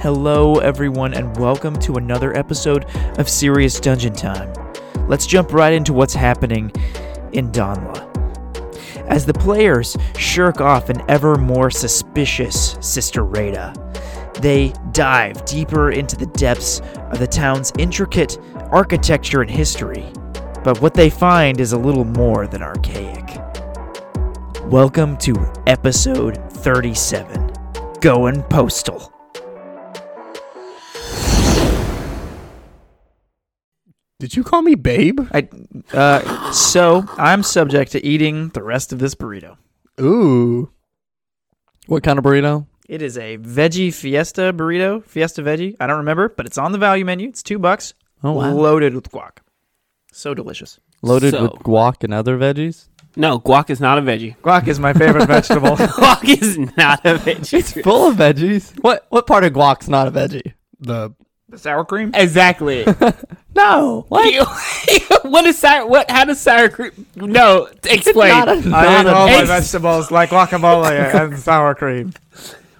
Hello, everyone, and welcome to another episode of Serious Dungeon Time. Let's jump right into what's happening in Donla. As the players shirk off an ever more suspicious Sister Rada, they dive deeper into the depths of the town's intricate architecture and history. But what they find is a little more than archaic. Welcome to episode 37 Going Postal. Did you call me babe? I uh, so I'm subject to eating the rest of this burrito. Ooh. What kind of burrito? It is a veggie fiesta burrito, fiesta veggie. I don't remember, but it's on the value menu. It's two bucks, Oh loaded with guac. So delicious. Loaded So- with guac and other veggies. No, guac is not a veggie. Guac is my favorite vegetable. Guac is not a veggie. Full of veggies. What what part of guac's not a veggie? The The sour cream. exactly. No. What? You- what is sour? What? How does sour cream? No, explain. Not a, I not ate a- Oh all my It's- vegetables like guacamole and sour cream.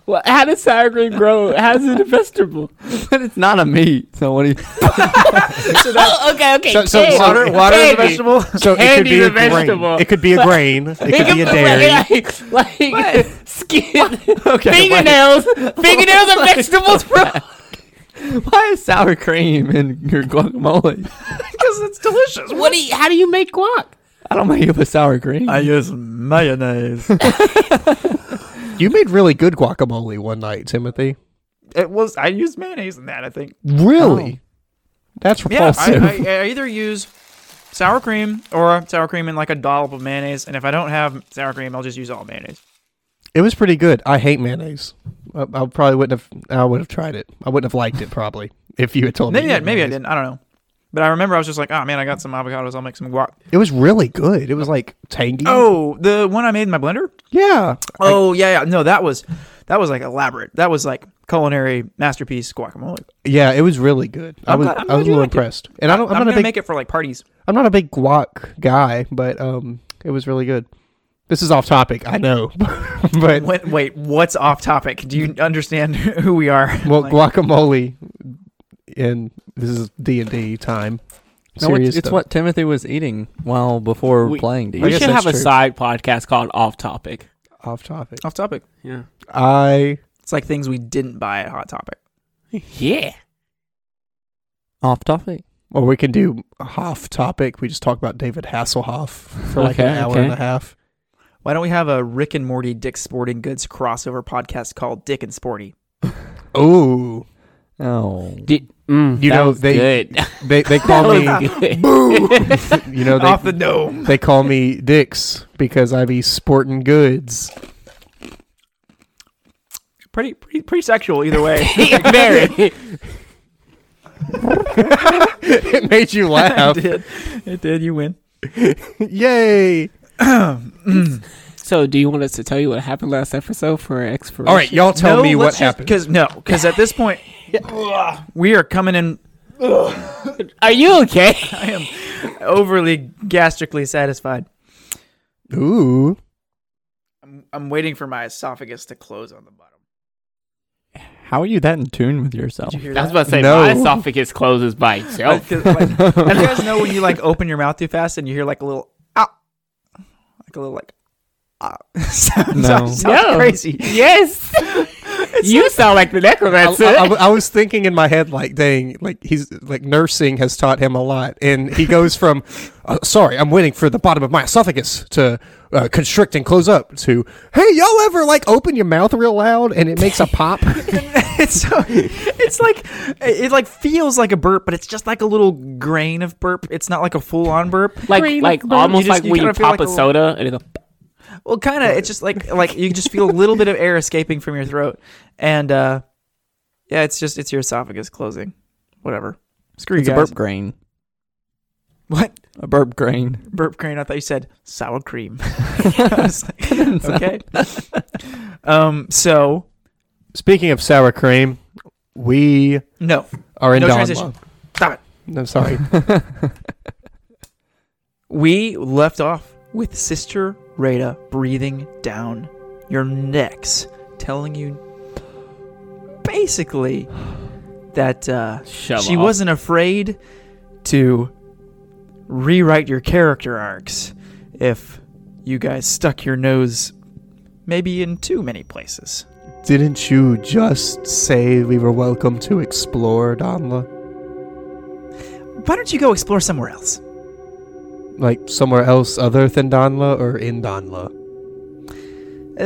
well, how does sour cream grow? How is it a vegetable? it's not a meat. So what do you? oh, okay, okay. So- so candy. water- Water is a Candy. vegetable. so it could Candy's be a a vegetable. grain. It could be a grain. It could be a dairy. Like, like skin, Okay. fingernails, fingernails are vegetables, bro. Why, why is sour cream in your guacamole? Because it's delicious. What do you, How do you make guac? I don't make it with sour cream. use mayonnaise. You made really good guacamole one night, Timothy. It was. I used mayonnaise in that. I think. Really? Oh. That's Yeah. I, repulsive. I, I either use sour cream or sour cream and like a dollop of mayonnaise. And if I don't have sour cream, I'll just use all mayonnaise. it was pretty good. I hate mayonnaise. I, I probably wouldn't have. I would have tried it. I wouldn't have liked it probably if you had told me. Maybe you I, had maybe I mayonnaise. didn't. I don't know. But I remember I was just like, oh man, I got some avocados. I'll make some guac. It was really good. It was like tangy. Oh, the one I made in my blender. yeah. Oh yeah, yeah. No, that was that was like elaborate. That was like culinary masterpiece guacamole. Yeah, it was really good. i I'm was glad- I'm I glad was a you little liked it. impressed. And I don't I'm, I'm, not gonna a big make it for like parties. I'm not a big guac guy, but um it was really good. This is off topic, I know. but Wait, wait, what's off topic? Do you understand who we are? well Like, guacamole and this is D and D time. no, Serious it's, it's stuff. what Timothy was eating while before We- playing. D. I We guess should that's have a true. side podcast called Off Topic. off topic. off topic. Yeah. I It's like things we didn't buy at Hot Topic. Yeah. Off topic. or we can do off topic. We just talk about David Hasselhoff for like an Okay, hour okay. and a half. Why don't we have a Rick and Morty Dick Sporting Goods crossover podcast called Dick and Sporty? Oh, Oh. Did, mm, You that know, was they- good. they they call me That was good. you know off they the dome. they call me Dix because I be sporting goods. Pretty, pretty, pretty sexual either way. Very. it made you laugh. it did. It did. You win. Yay! So, do you want us to tell you what happened last episode for expert? All right, y'all tell me what happened. Because no, because at this point, we are coming in Are you okay? I am overly gastrically satisfied. Ooh. I'm, I'm waiting for my esophagus to close on the bottom. How are you that in tune with yourself? Did you hear I was that? about to say No. my esophagus closes by Uh, itself. 'cause, like, and you guys know when you like open your mouth too fast and you hear like a little ow, like a little like ah sound, No. sound- sounds No. crazy. yes, you sound like the I, necromancer. I- I was thinking in my head, like, dang, like he's like nursing has taught him a lot, and he goes from, uh, sorry, I'm waiting for the bottom of my esophagus to uh, constrict and close up to, hey, y'all ever like open your mouth real loud and it makes a pop? it's so, it's like it like feels like a burp, but it's just like a little grain of burp. It's not like a full on burp. like, like almost You just- like when kinda you feel pop like a little- soda and it go. Well, kind of. It's just like like you just feel a little bit of air escaping from your throat, and uh yeah, it's just it's your esophagus closing. Whatever. Screw It's you a guys. burp grain. What A burp grain. burp crane? I thought you said sour cream. I was like, okay. um. So Speaking of sour cream, we no, are in No Donla. transition. stop it. No, sorry. We left off with Sister Rada breathing down your necks, telling you, baby, basically that uh, Shove she off. wasn't afraid to rewrite your character arcs if you guys stuck your nose maybe in too many places. Didn't you just say we were welcome to explore Donla? Why don't you go explore somewhere else? Like somewhere else other than Donla or in Donla?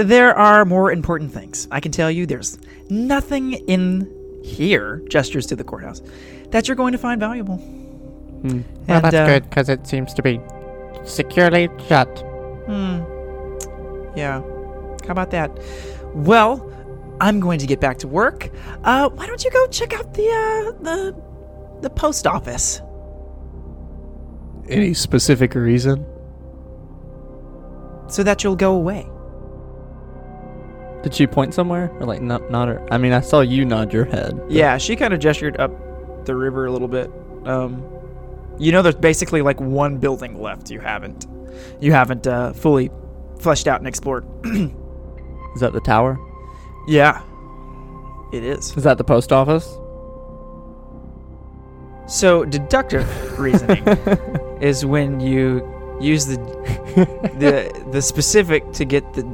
There are more important things. I can tell you there's nothing in here, gestures to the courthouse, that you're going to find valuable. Hmm. Well, And, that's uh, good because it seems to be securely shut. Hmm. Yeah. How about that? Well, I'm going to get back to work. Uh, why don't you go check out the uh, the the post office? Any specific reason? so that you'll go away. Did she point somewhere or like not nod her? I mean, I saw you nod your head. but- Yeah, she kind of gestured up the river a little bit. Um, you know, there's basically like one building left. You haven't, you haven't uh, fully fleshed out and explored. Is that the tower? Yeah, it is. Is that the post office? So deductive reasoning is when you use the the the specific to get the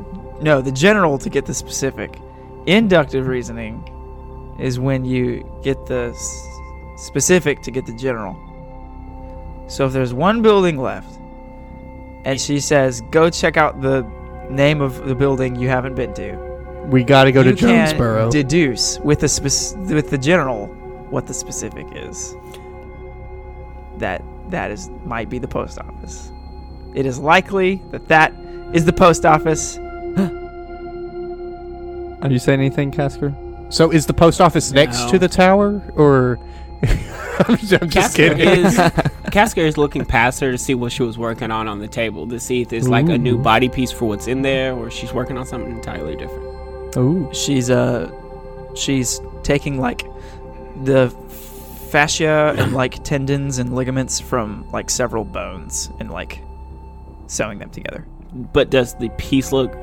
no the general to get the specific. Inductive reasoning is when you get the s- specific to get the general. So if there's one building left, and she says, "Go check out the name of the building you haven't been to," We gotta go you to Jonesboro. Can deduce with the spec- with the general what the specific is. That that is might be the post office. It is likely that that is the post office. Have you said anything, Casker? so is the post office next No. to the tower or? I'm just, I'm just Casper kidding. is, Casper is looking past her to see what she was working on on the table to see if there's like a new Ooh. body piece for what's in there or she's working on something entirely different. Ooh. She's uh she's taking like the fascia and like tendons and ligaments from like several bones and like sewing them together. But does the piece look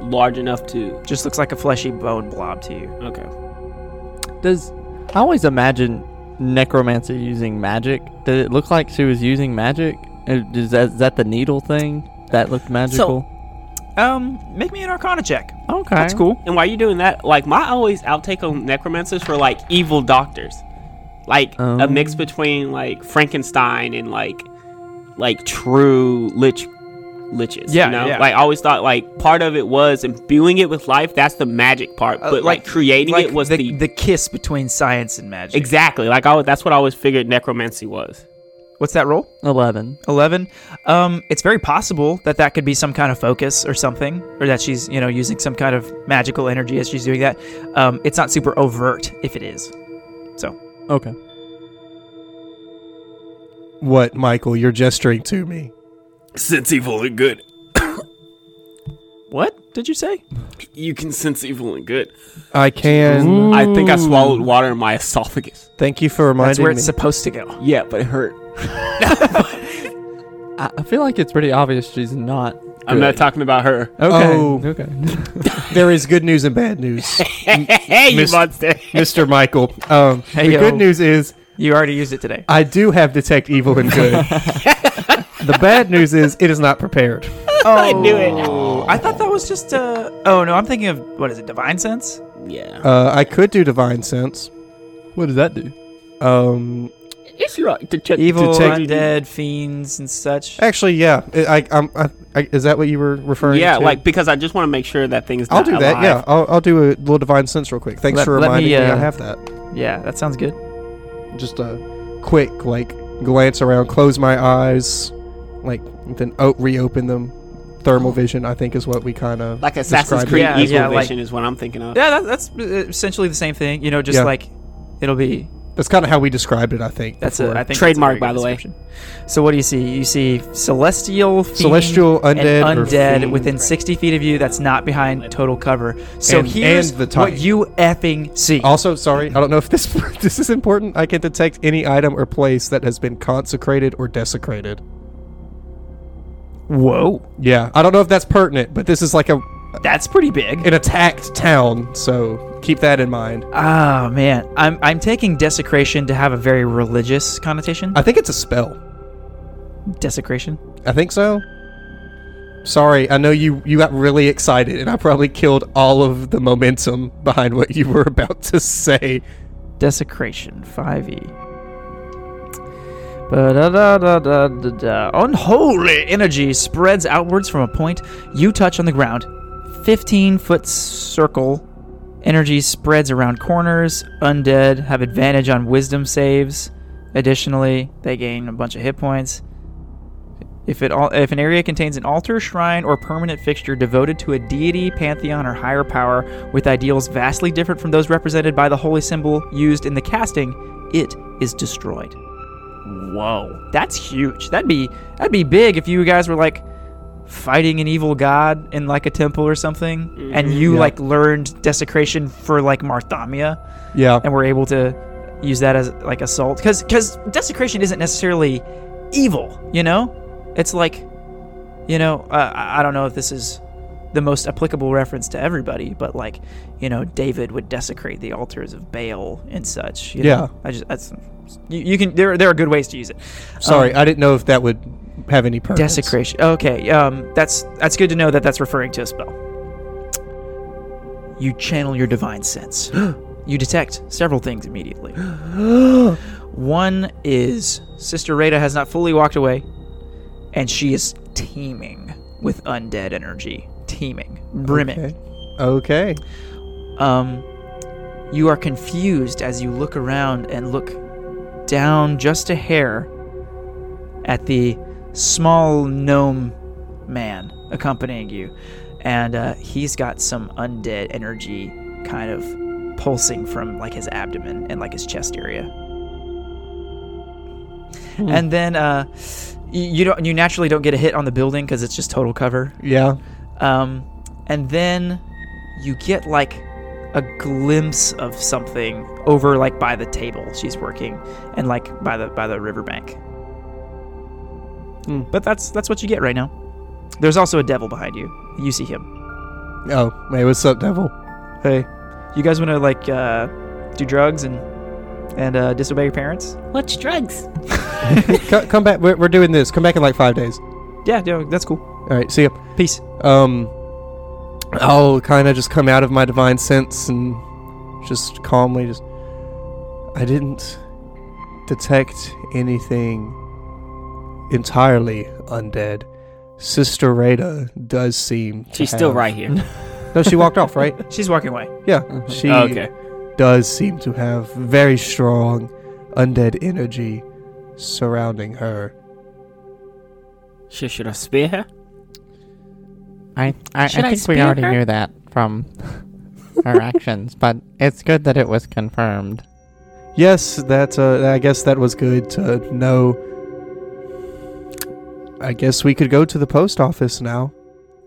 large enough to. Just looks like a fleshy bone blob to you. Okay. Does I always imagine necromancer using magic? Did it look like she was using magic? Uh, Is that, is that the needle thing that looked magical? Um, make me an arcana check. okay, That's cool. And while you're doing that, like my always outtake on necromancers for like evil doctors, like a Um. mix between like Frankenstein and like like true lich liches. Yeah, you know? yeah. Like I always thought like part of it was imbuing it with life. That's the magic part, Uh, but like, creating like it was the, the, the kiss between science and magic. exactly like I always, that's what I always figured necromancy was. What's that roll? eleven. 11 um it's very possible that that could be some kind of focus or something or that she's you know using some kind of magical energy as she's doing that um it's not super overt if it is Okay. What, Michael? You're gesturing to me. Sense evil and good. what did you say You can sense evil and good. I can. I think I swallowed water in my esophagus. Thank you for reminding that's where me. it's supposed to go Yeah, but it hurt. I, I feel like it's pretty obvious she's not. I'm not good. talking about her. Okay. Oh. Okay. there is good news and bad news, hey, you Miss- monster! Mr. Michael. Um, Hey, the yo. good news is you already used it today I do have detect evil and good. the bad news is it is not prepared. i knew it. Oh. i thought that was just uh oh no i'm thinking of what is it divine sense Yeah, Uh, I could do divine sense. What does that do? Um, it's right to check evil Detect- undead fiends and such actually, yeah. I, I, I'm- I, I, is that what you were referring yeah, to? like because I just want to make sure that thing's. I'll not do that. alive. Yeah, I'll, I'll do a little divine sense real quick. Thanks Let- for let me, reminding me, uh, I have that. yeah that sounds good Just a quick like glance around, close my eyes, like then o- reopen them. Thermal vision, I think, is what we kind of Like Assassin's Describe Creed it. Yeah, Evil yeah, like- Vision is what I'm thinking of. yeah that, that's uh, essentially the same thing you know just Yeah. like it'll be That's kind of how we described it, I think. That's a, before. I think that's a Trademark, very good by the way. description. So what do you see? You see celestial, fiend, celestial and undead, or undead fiend. within 60 feet of you. That's not behind total cover. So And- here's and the type. what you effing see. Also, sorry, I don't know if this this is important. I can detect any item or place that has been consecrated or desecrated. Whoa, Yeah, I don't know if that's pertinent, but this is like a that's pretty big. an attacked town, so keep that in mind. Ah, man. I'm, I'm taking desecration to have a very religious connotation. I think it's a spell. desecration? I think so. Sorry, I know you you got really excited, and I probably killed all of the momentum behind what you were about to say. Desecration E. 5e. Ba-da-da-da-da-da-da. Unholy energy spreads outwards from a point you touch on the ground. 15 foot circle. Energy spreads around corners. Undead have advantage on wisdom saves. Additionally, they gain a bunch of hit points. If, it all, if an area contains an altar, shrine, or permanent fixture devoted to a deity, pantheon, or higher power with ideals vastly different from those represented by the holy symbol used in the casting, it is destroyed. Whoa, that's huge. That'd be that'd be big if you guys were like fighting an evil god in like a temple or something, and you like learned desecration for like Marthamia Yeah, and we're able to use that as like assault because because desecration isn't necessarily evil you know it's like you know uh, i I don't know if this is the most applicable reference to everybody but like you know david would desecrate the altars of baal and such you know? Yeah. i just that's you, you can there, there are good ways to use it sorry, I didn't know if that would have any purpose. um, Desecration. Okay, um, that's that's good to know that that's referring to a spell. You channel your divine sense. you detect several things immediately. One is Sister Rada has not fully walked away, and she is teeming with undead energy, teeming, brimming. Okay. Okay. Um, you are confused as you look around and look down just a hair at the small gnome man accompanying you. And uh, he's got some undead energy kind of pulsing from like his abdomen and like his chest area. And then uh, y- you don't you naturally don't get a hit on the building because it's just total cover. Yeah. Um, and then you get like a glimpse of something over like by the table she's working and like by the by the riverbank. But that's that's what you get right now. There's also a devil behind you. You see him. Oh, hey, what's up, devil? Hey, you guys want to like uh, do drugs and and uh, disobey your parents? What's drugs? Co- come back. We're, we're doing this. Come back in like five days. Yeah, yeah, that's cool. All right. See ya. Peace. Um, I'll kind of just come out of my divine sense and just calmly just. I didn't detect anything entirely undead. Sister Rada does seem. to She's still have- right here. No, she walked off, right? She's walking away. Yeah. She Oh, Okay. does seem to have very strong undead energy surrounding her. Sh- should I spear her? I, I, I Should I think we spear already her? knew that from her actions, but it's good that it was confirmed. Yes, that uh, I guess that was good to know. I guess we could go to the post office now.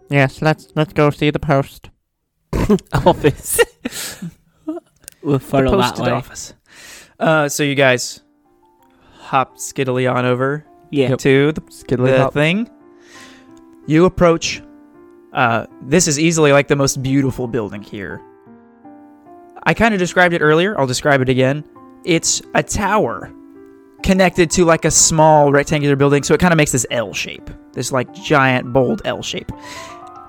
Yes, let's let's go see the post. Office. we'll the follow that posted way. office. Uh, so you guys hop skiddily on over Yeah. to the Skiddly the hop. thing. You approach. Uh, this is easily like the most beautiful building here. I kind of described it earlier. I'll describe it again. It's a tower connected to like a small rectangular building, so it kind of makes this L shape, this like giant bold L shape.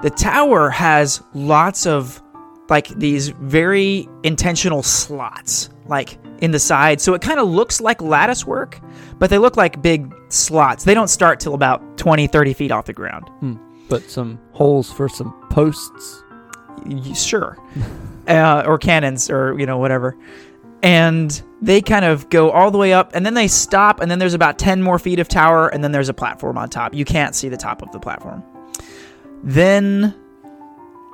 The tower has lots of like these very intentional slots, like in the side, so it kind of looks like lattice work, but they look like big slots. They don't start till about 20, 30 feet off the ground. But some holes for some posts. Y- Sure. uh, or cannons or, you know, whatever. And they kind of go all the way up and then they stop and then there's about 10 more feet of tower and then there's a platform on top. You can't see the top of the platform. Then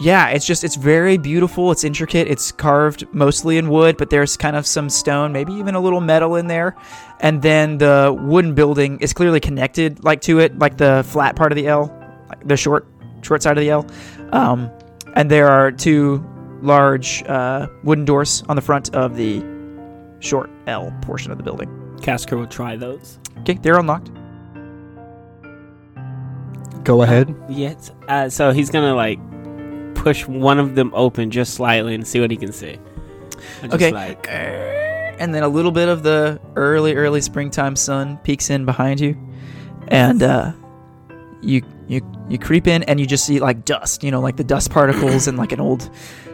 yeah, it's just it's very beautiful. It's intricate. It's carved mostly in wood, but there's kind of some stone, maybe even a little metal in there. And then the wooden building is clearly connected like to it, like the flat part of the L, like the short short side of the L. Um, and there are two large uh, wooden doors on the front of the short L portion of the building. Casca will try those. Okay, they're unlocked. Go ahead. Yes. Uh, so he's gonna like push one of them open just slightly and see what he can see. just okay. like- "Eh." and then a little bit of the early, early springtime sun peeks in behind you, and uh, you you you creep in and you just see like dust, you know, like the dust particles in like an old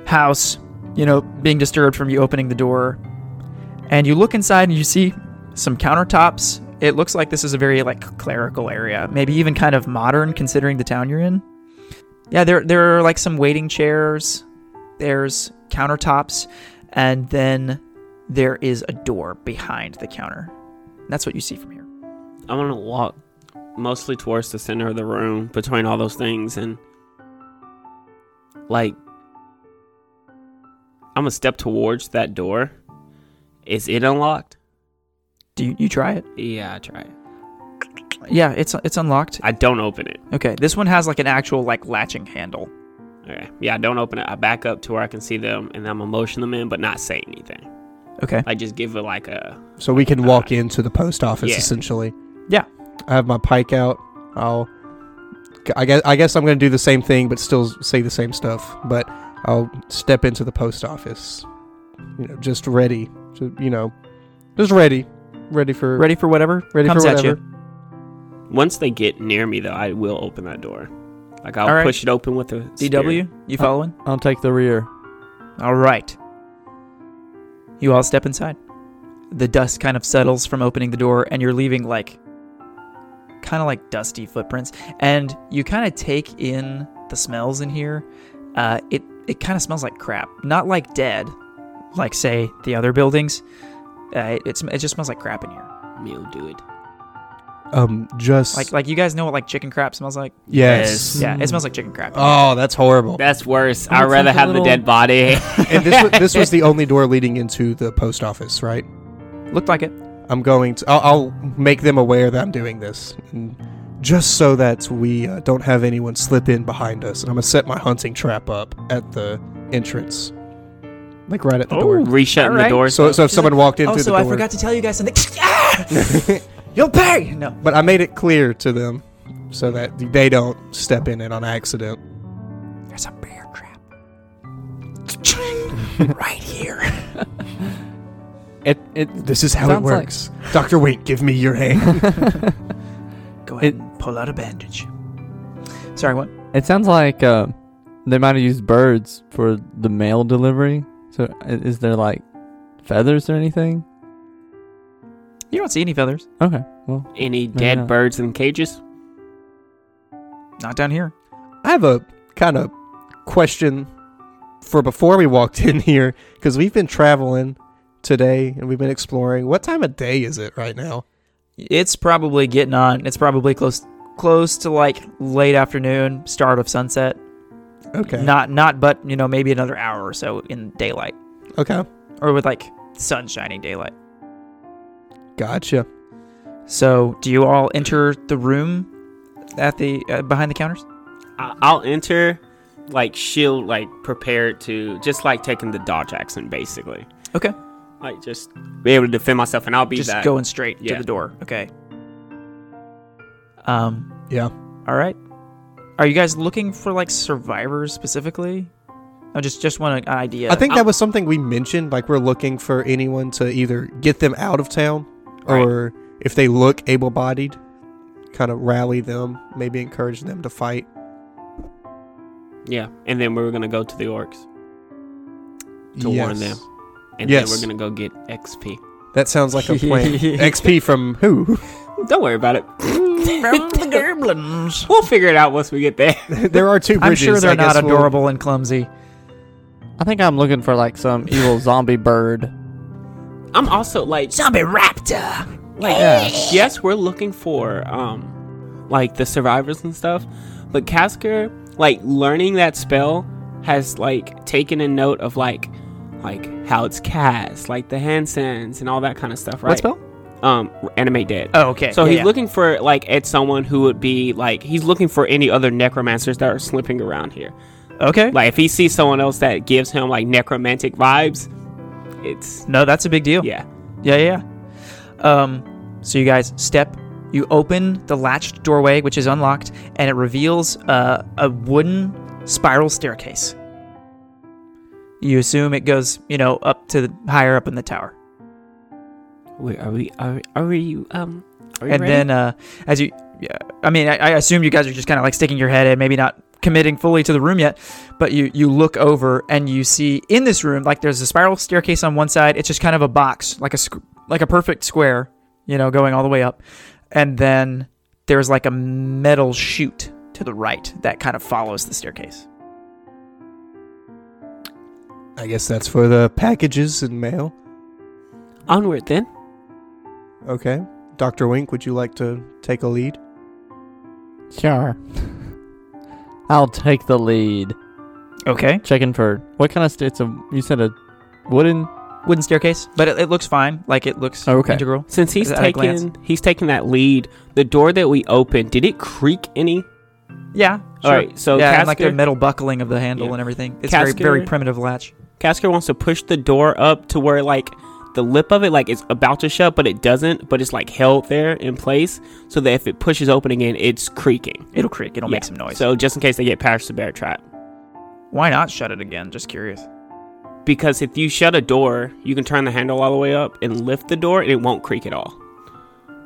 house, you know, being disturbed from you opening the door, and you look inside and you see some countertops. It looks like this is a very like clerical area, maybe even kind of modern considering the town you're in. Yeah, there there are like some waiting chairs. There's countertops, and then there is a door behind the counter. That's what you see from here. I want to walk mostly towards the center of the room between all those things and like I'm gonna step towards that door. Is it unlocked? Do you, you try it? Yeah, I try. it. Yeah, it's it's unlocked. I don't open it. Okay, this one has like an actual like latching handle. Okay. Yeah, I don't open it. I back up to where I can see them and I'm gonna motion them in but not say anything. Okay. I just give it like a So we can walk into the post office Yeah. essentially. Uh, Yeah. I have my pike out. I'll. I guess I guess I'm going to do the same thing, but still say the same stuff. But I'll step into the post office, you know, just ready to, you know, just ready, ready for Ready for whatever ready comes for at whatever. you. once they get near me though, I will open that door. Like I'll All right. push it open with a spear. DW, you following? I'll take the rear. All right. You all step inside. The dust kind of settles from opening the door, and you're leaving like kind of like dusty footprints. And you kind of take in the smells in here. Uh, it it kind of smells like crap, not like dead, like say the other buildings. Uh, it, it's, it just smells like crap in here. Meal dude. Um, just Like like you guys know what like chicken crap smells like. yes. Yeah, it smells like chicken crap. Oh, that's horrible. That's worse. I'd I'd rather rather like a have have the little- the dead dead body. and this was, this was the only door leading into the post office, right? Looked like it. I'm going to. I'll, I'll make them aware that I'm doing this, and just so that we uh, don't have anyone slip in behind us. And I'm gonna set my hunting trap up at the entrance, like right at the Oh, door. Reshutting Alright. the door. So, so if someone walked in through Also, the door, Oh, I forgot to tell you guys something. Ah! You'll pay. No. but I made it clear to them so that they don't step in it on accident. There's a bear trap. right here. It it This is how Sounds it like- works. Doctor Wait, give me your hand. Go ahead It- and pull out a bandage. Sorry, what? it sounds like uh, they might have used birds for the mail delivery. So i- is there like feathers or anything? You don't see any feathers. Okay. Well, Any dead not. birds in cages? Not down here. I have a kind of question for before we walked in here because we've been traveling today and we've been exploring. What time of day is it right now? It's probably getting on. It's probably close close to like late afternoon, start of sunset. Okay. Not not but, you know, maybe another hour or so in daylight okay. or with like sun shining daylight. Gotcha. So, do you all enter the room at the uh, behind the counters? I- I'll enter, like shield, like prepared to just like taking the dodge action, basically. Okay. Like just be able to defend myself, and I'll be Just that. going straight Yeah. to the door. Okay. Um Yeah. All right. Are you guys looking for like survivors specifically? I just just want an idea. I think I'm- that was something we mentioned. Like, we're looking for anyone to either get them out of town or if they look able bodied, kind of rally them, maybe encourage them to fight. yeah, and then we are gonna go to the orcs, To warn them. and Yes. then we're gonna go get XP. That sounds like a plan. XP from who? Don't worry about it. the goblins. We'll figure it out once we get there. there are two I'm bridges. sure they're I not guess we'll- adorable and clumsy. I think I'm looking for like some evil zombie bird. I'm also like, Zombie raptor. like yes, we're looking for um, like the survivors and stuff, but Casker, like learning that spell, has like taken a note of like, like how it's cast, like the hand sands and all that kind of stuff, right? What spell? Um, animate dead. Oh, okay. So Yeah, he's yeah. looking for like at someone who would be like he's looking for any other necromancers that are slipping around here. Okay. Like if he sees someone else that gives him like necromantic vibes, it's No, that's a big deal. yeah. Yeah, yeah. yeah. Um, so you guys step. You open the latched doorway, which is unlocked, and it reveals uh, a wooden spiral staircase. You assume it goes, you know, up to the, higher up in the tower. Wait, are we? Are we? Are you? Um. Are you and ready? then uh, as you, yeah, I mean, I, I assume you guys are just kind of like sticking your head in, maybe not committing fully to the room yet, but you you look over and you see in this room like there's a spiral staircase on one side. It's just kind of a box, like a squ- like a perfect square, you know, going all the way up, and then there's like a metal chute to the right that kind of follows the staircase. I guess that's for the packages and mail. onward then. Okay. Dr. Wink, would you like to take a lead? Sure. I'll take the lead. Okay, Checking for what kind of st- it's a you said a wooden wooden staircase, but it, it looks fine. Like it looks Oh, Okay. integral. Since he's At a glance. taken, he's taken that lead. The door that we opened, did it creak any? Yeah. All right, so yeah, Casker, and like the metal buckling of the handle Yeah. and everything. It's very Casker- very primitive latch. Casker wants to push the door up to where like the lip of it, like it's about to shut, but it doesn't. But it's like held there in place, so that if it pushes open again, it's creaking. It'll creak. It'll make Yeah, some noise. So just in case they get past the bear trap, why not shut it again? Just curious. because if you shut a door, you can turn the handle all the way up and lift the door, and it won't creak at all.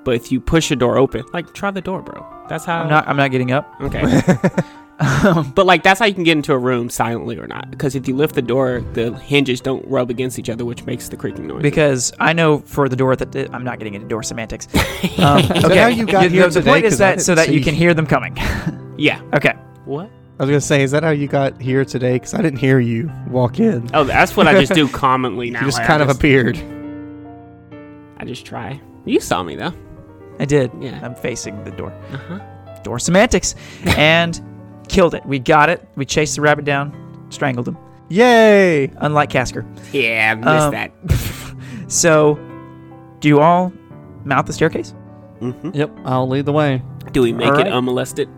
But if you push a door open, like try the door, bro. That's Um, how. I'm not. I'm not getting up. um, okay. But like that's how you can get into a room silently or not. Because if you lift the door, the hinges don't rub against each other, which makes the creaking noise. because I know for the door that I'm not getting into door semantics. Um, that how you got the, here the today? point 'Cause is I that didn't so that you see- can hear them coming. yeah. okay. What? I was going to say, is that how you got here today? Because I didn't hear you walk in. Oh, that's what I just do commonly now. you just like, kind I of just, appeared. I just try. You saw me though. I did. Yeah. I'm facing the door. Uh huh. Door semantics, and killed it. We got it. We chased the rabbit down, strangled him. Uh, Yay! Unlike Casker. Yeah, I missed Um, that. So, do you all mount the staircase? Mm-hmm. Yep, I'll lead the way. Do we make alright. it unmolested?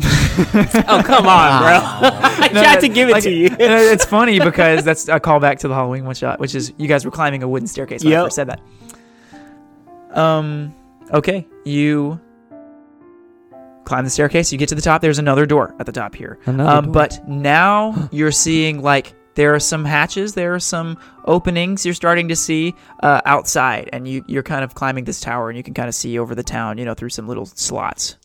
oh come on, bro! I No, tried no, to give it like, to you. and it's funny because that's a callback to the Halloween one shot, which is you guys were climbing a wooden staircase when I Yep. first said that. Um. Okay, you climb the staircase. You get to the top. There's another door at the top here. Another Um, door. but now you're seeing like there are some hatches, there are some openings you're starting to see uh, outside, and you you're kind of climbing this tower, and you can kind of see over the town, you know, through some little slots,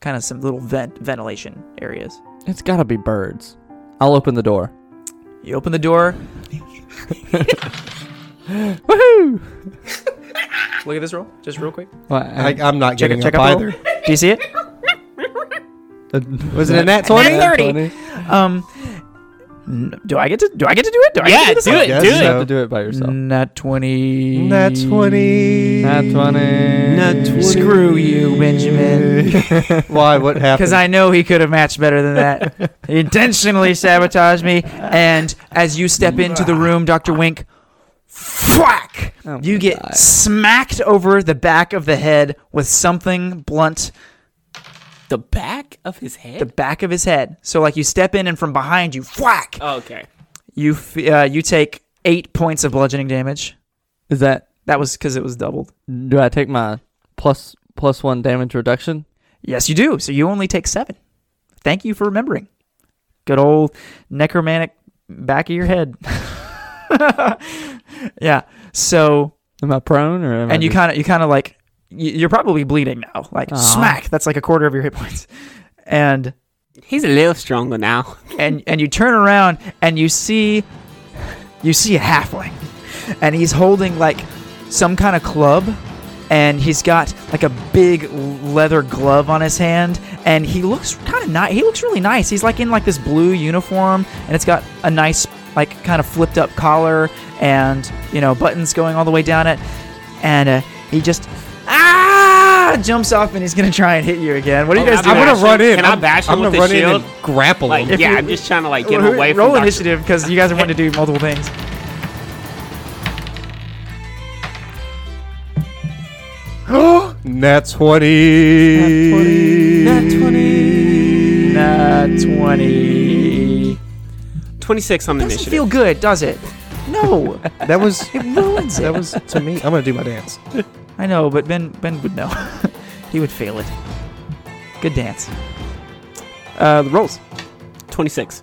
kind of some little vent ventilation areas. It's gotta be birds. I'll open the door. You open the door. Woohoo! Look at this roll, just real quick. Well, I, I- I'm not Check getting it. Check up up a either. little. Do you see it? Was it a nat 20? Nat 20. Um, n- do I get to? Do I get to do it? Do I yeah, get to do it, guess. do You it. have to do it by yourself. Nat twenty. Nat 20. Nat 20. Nat 20. Screw you, Benjamin. Why? What happened? Because I know he could have matched better than that. he intentionally sabotaged me. And as you step into the room, Dr. Wink, whack! Oh you my get God. smacked over the back of the head with something blunt, The back of his head. the back of his head. So, like, you step in and from behind you, whack! oh, okay. You, f- uh, you take eight points of bludgeoning damage. Is that That was because it was doubled. do I take my plus plus one damage reduction? Yes, you do. So you only take seven. Thank you for remembering. Good old necromantic back of your head. yeah. So Am I prone or am I and you just- kind of you kind of like y- you're probably bleeding now. Like Aw. smack. That's like a quarter of your hit points. And He's a little stronger now. and and you turn around and you see you see a halfling and he's holding like some kind of club and he's got like a big leather glove on his hand and he looks kind of nice he looks really nice he's like in like this blue uniform and it's got a nice like kind of flipped up collar and you know buttons going all the way down it and uh, he just ah jumps off and he's gonna try and hit you again what do you Oh, guys do I'm I'm Bash going him. to run in. Can I I'm, bash him I'm gonna with the run shield? in and grapple Like, If yeah, you- I'm just trying to like get him Roll- away from. roll Dr. initiative because you guys are wanting to do multiple things Nat 20. Nat 20. Nat 20. Twenty-six on the Doesn't initiative. feel good, does it? No. That was. it ruins it. That was to me. I'm gonna do my dance. I know, but Ben Ben would know. he would fail it. Good dance. Uh, the rolls. Twenty-six.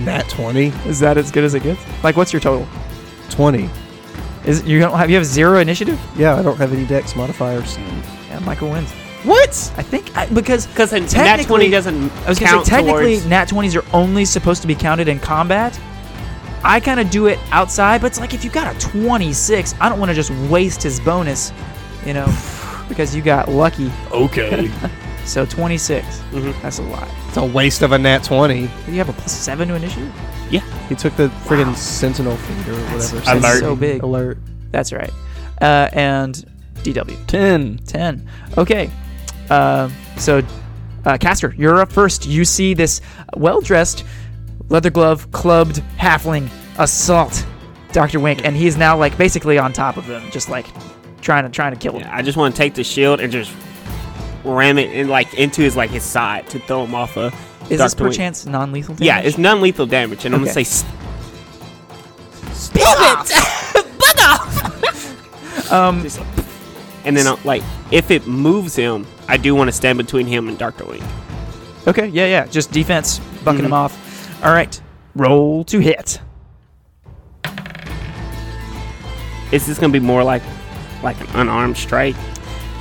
Nat 20. Is that as good as it gets? Like, what's your total? 20. Is you don't have you have zero initiative? Yeah, I don't have any dex modifiers. Yeah, Michael wins. What? I think I, because Because nat Technically- twenty doesn't I was gonna count say technically towards. nat twenties are only supposed to be counted in combat. I kind of do it outside, but it's like if you got a twenty six, I don't want to just waste his bonus, you know, because you got lucky. Okay. So twenty Mhm. that's a lot. It's a waste of a Nat 20. But you have a plus seven to initiative. He took the friggin' Sentinel feed or That's, whatever. that's Alert. so big. Alert. That's right. Uh, and DW. Ten. 10. Okay. Um so, uh, Caster, you're up first. You see this well dressed, leather glove, clubbed halfling assault Dr. Wink, and he's now, like, basically on top of him, just like trying to trying to kill him. Yeah, I just want to take the shield and just ram it in like into his like his side to throw him off a. Is this Dr. Wing. perchance non lethal? Yeah, it's non-lethal damage, and I'm gonna Okay. say s- Um, just like, and then I'll, like if it moves him, I do want to stand between him and Doctor Wing. okay, yeah, yeah. Just defense, bucking him Mhm. off. All right. Roll to hit. Is this gonna be more like like an unarmed strike?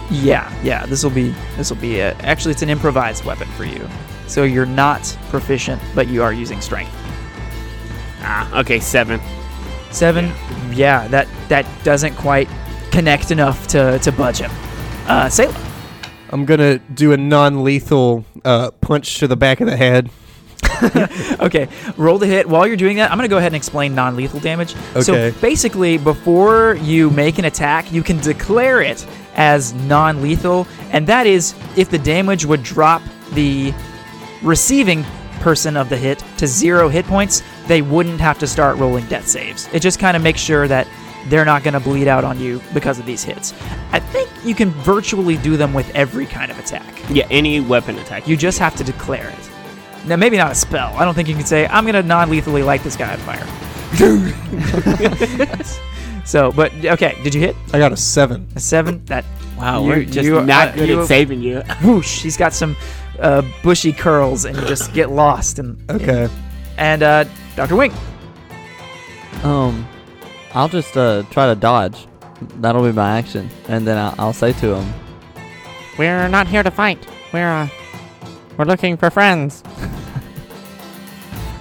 Yeah, yeah. This will be this will be a, actually it's an improvised weapon for you. So you're not proficient, but you are using strength. Ah, okay, seven. Seven, yeah. that that doesn't quite connect enough to to budge him. Uh, Salem, I'm gonna do a non-lethal uh, punch to the back of the head. okay, roll the hit. While you're doing that, I'm gonna go ahead and explain non-lethal damage. So Okay. basically, before you make an attack, you can declare it as non-lethal, and that is if the damage would drop the receiving person of the hit to zero hit points, they wouldn't have to start rolling death saves. It just kind of makes sure that they're not going to bleed out on you because of these hits. I think you can virtually do them with every kind of attack. Yeah, any weapon attack. You just have to declare it. Now, maybe not a spell. I don't think you can say, I'm going to non lethally light this guy on fire. so, but okay, did you hit? I got a seven. A seven? That, wow, you- we're just you- not uh, good you- at saving you. whoosh, he's got some uh, bushy curls and you just get lost. And, Okay. And uh, Dr. Wink, Um, I'll just uh try to dodge. That'll be my action, and then I'll, I'll say to him, We're not here to fight. We're uh, we're looking for friends.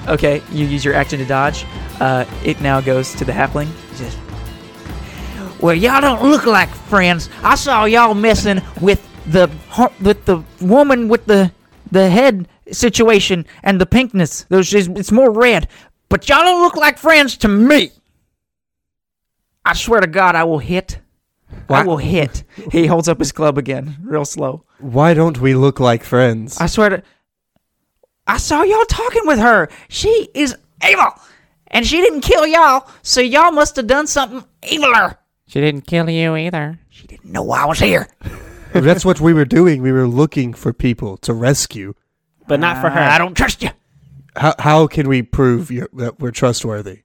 okay, you use your action to dodge. Uh, it now goes to the halfling. He says, Well, y'all don't look like friends. I saw y'all messing with the hu- with the woman with the the head situation and the pinkness. Those is- it's more red, but y'all don't look like friends to me. I swear to God, I will hit. I Why, will hit. He holds up his club again, real slow. why don't we look like friends? I swear to. I saw y'all talking with her. She is evil, and she didn't kill y'all, so y'all must have done something eviler. She didn't kill you either. She didn't know I was here. That's what we were doing. We were looking for people to rescue. But not for Ah, her. I don't trust you. How, how can we prove you that we're trustworthy?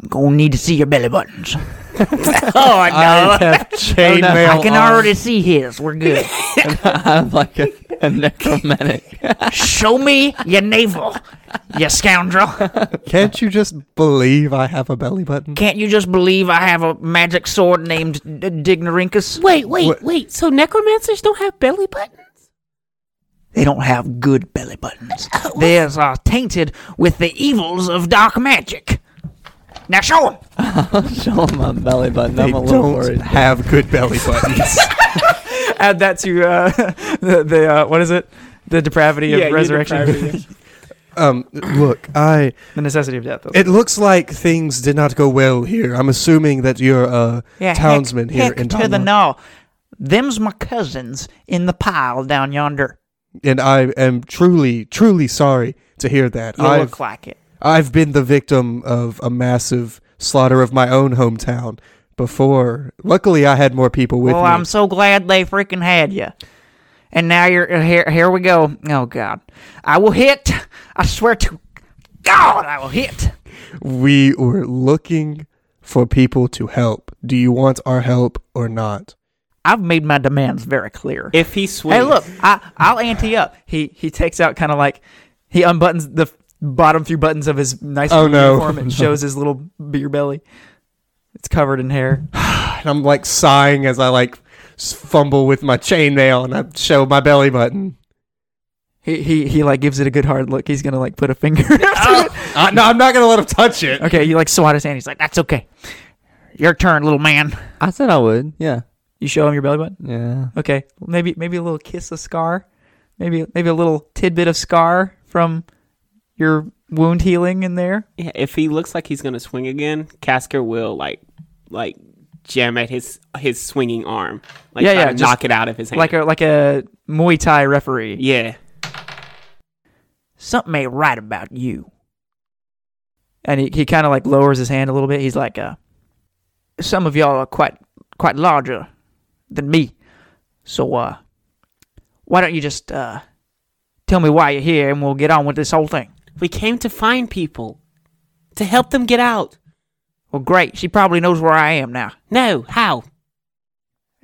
I'm gonna need to see your belly buttons. oh, I have chainmail. I can Oh. on. already see his. We're good. and I'm like a, a necromantic. Show me your navel, you scoundrel. Can't you just believe I have a belly button? Can't you just believe I have a magic sword named D- Dignarinkus? Wait, wait, What- wait. So necromancers don't have belly buttons? They don't have good belly buttons. Theirs are tainted with the evils of dark magic. Now show him. Show him my belly button. They I'm a little don't worried. have good belly buttons. Add that to uh, the, the uh, what is it? The depravity of resurrection, um, look, I. the necessity of death. It looks like things did not go well here. I'm assuming that you're a Yeah, townsman heck, here heck in to the Donmar. no. Them's my cousins in the pile down yonder. and I am truly, truly sorry to hear that. You I've, look like it. I've been the victim of a massive slaughter of my own hometown before. Luckily, I had more people with well, me. Oh, I'm so glad they freaking had you. And now you're uh, here. Here we go. Oh God, I will hit. I swear to God, I will hit. we were looking for people to help. Do you want our help or not? I've made my demands very clear. If he swings, Hey, look, I, I'll ante up. He he takes out kind of like he unbuttons the bottom few buttons of his nice Oh, blue no. uniform and shows his little beer belly. It's covered in hair. And I'm like sighing as I like s- fumble with my chainmail and I show my belly button. He he he like gives it a good hard look. He's gonna like put a finger. I, no, I'm not gonna let him touch it. okay, you like swat his hand. He's Like, like, that's okay. Your turn, little man. I said I would. Yeah. you show him your belly button. Yeah. Okay, maybe maybe a little kiss of scar, maybe maybe a little tidbit of scar from your wound healing in there. Yeah, if he looks like he's gonna swing again, Casker will like like jam at his his swinging arm, like Yeah, try yeah, to just knock it out of his hand. Like a like a Muay Thai referee. yeah, Something ain't right about you. And he, he kind of like lowers his hand a little bit. He's like, uh, Some of y'all are quite quite larger than me. So uh why don't you just uh tell me why you're here and we'll get on with this whole thing. We came to find people, to help them get out. Well great, she probably knows where I am now. No, how?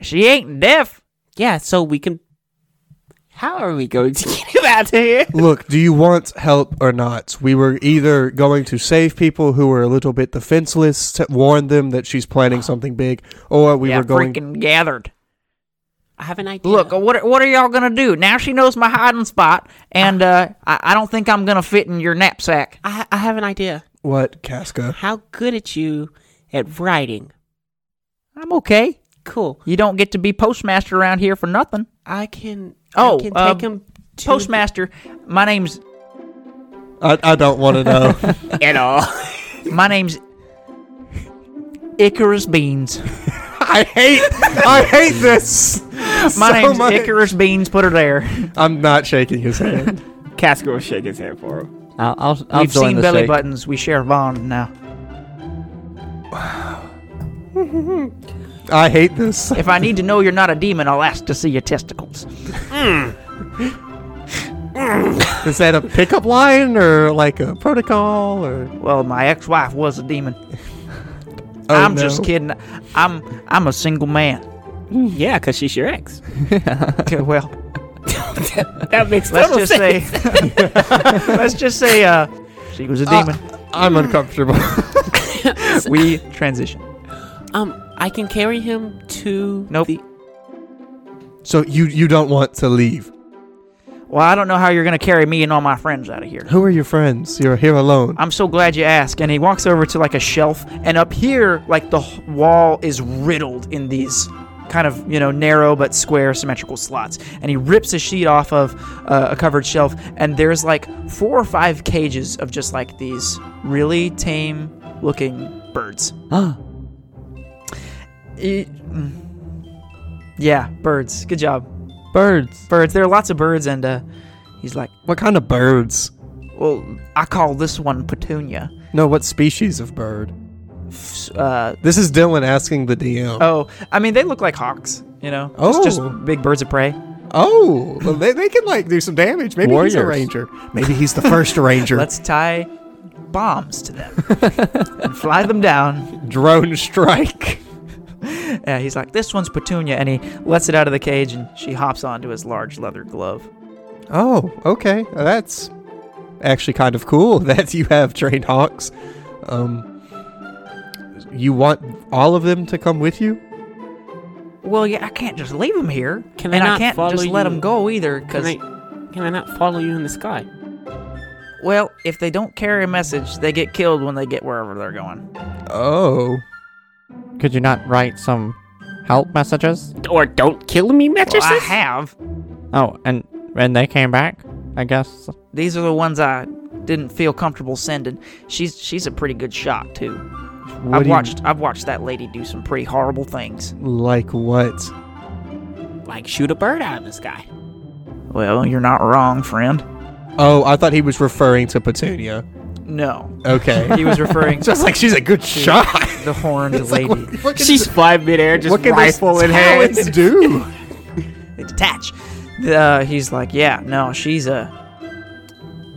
She ain't deaf. Yeah, so we can. How are we going to get him out of here? Look, do you want help or not? We were either going to save people who were a little bit defenseless, to warn them that she's planning something big, or we yeah, were going. freaking gathered. I have an idea. Look, uh, what are- what are y'all gonna do? Now she knows my hiding spot, and uh, I, I don't think I'm gonna fit in your knapsack. I, I have an idea. What, Casca? How good at you at writing? I'm okay. Cool. You don't get to be postmaster around here for nothing. I can. Oh, I can uh, take him to Postmaster, my name's I, I don't want to know. at all. my name's Icarus Beans. I hate. I hate this. My so name's much. Icarus Beans. Put her there. I'm not shaking his hand. Casker will shake his hand for him. I'll. I'll, I'll We've join seen the belly shake. buttons. We share a bond now. I hate this. If I need to know you're not a demon, I'll ask to see your testicles. Is that a pickup line or like a protocol or? Well, my ex-wife was a demon. Oh, I'm no. just kidding. I'm I'm a single man. Yeah, because she's your ex. Okay, well, That makes let's just say let's just say uh, she was a demon. I'm uncomfortable. we transition. um, I can carry him to. Nope. The, so you you don't want to leave. well, I don't know how you're gonna carry me and all my friends out of here. Who are your friends? You're here alone. I'm so glad you asked. And he walks over to like a shelf, and up here, like the h- wall is riddled in these kind of you know narrow but square symmetrical slots. And he rips a sheet off of uh, a covered shelf, and there's like four or five cages of just like these really tame looking birds. E- mm. yeah, birds. Good job, Birds. birds. There are lots of birds, and uh, he's like, What kind of birds? well, I call this one Petunia. No, what species of bird? S- Uh, This is Dylan asking the DM. Oh, I mean, they look like hawks, you know? Just, Oh. just big birds of prey. oh, well, they, they can like do some damage. Maybe he's a Warriors. ranger. Maybe he's the first ranger. Let's tie bombs to them and fly them down. drone strike. Yeah, he's like, this one's Petunia, and he lets it out of the cage, and she hops onto his large leather glove. Oh, okay. That's actually kind of cool that you have trained hawks. Um, you want all of them to come with you? Well, yeah, I can't just leave him here, Can they and I not can't follow just let him you? go either. can Because I? Can I not follow you in the sky? well, if they don't carry a message, they get killed when they get wherever they're going. Oh, Could you not write some help messages? Or don't kill me, Well, I mattresses. have. Oh, and and they came back, I guess. These are the ones I didn't feel comfortable sending. She's she's a pretty good shot too. what I've do you- watched I've watched that lady do some pretty horrible things. like what? like shoot a bird out of the sky. Well, you're not wrong, friend. Oh, I thought he was referring to Petunia. No, Okay. He was referring to Just like she's a good shot. the horned lady. she's flying midair, just rifle in hand. talents do? they detach. Uh, he's like, yeah, no, she's a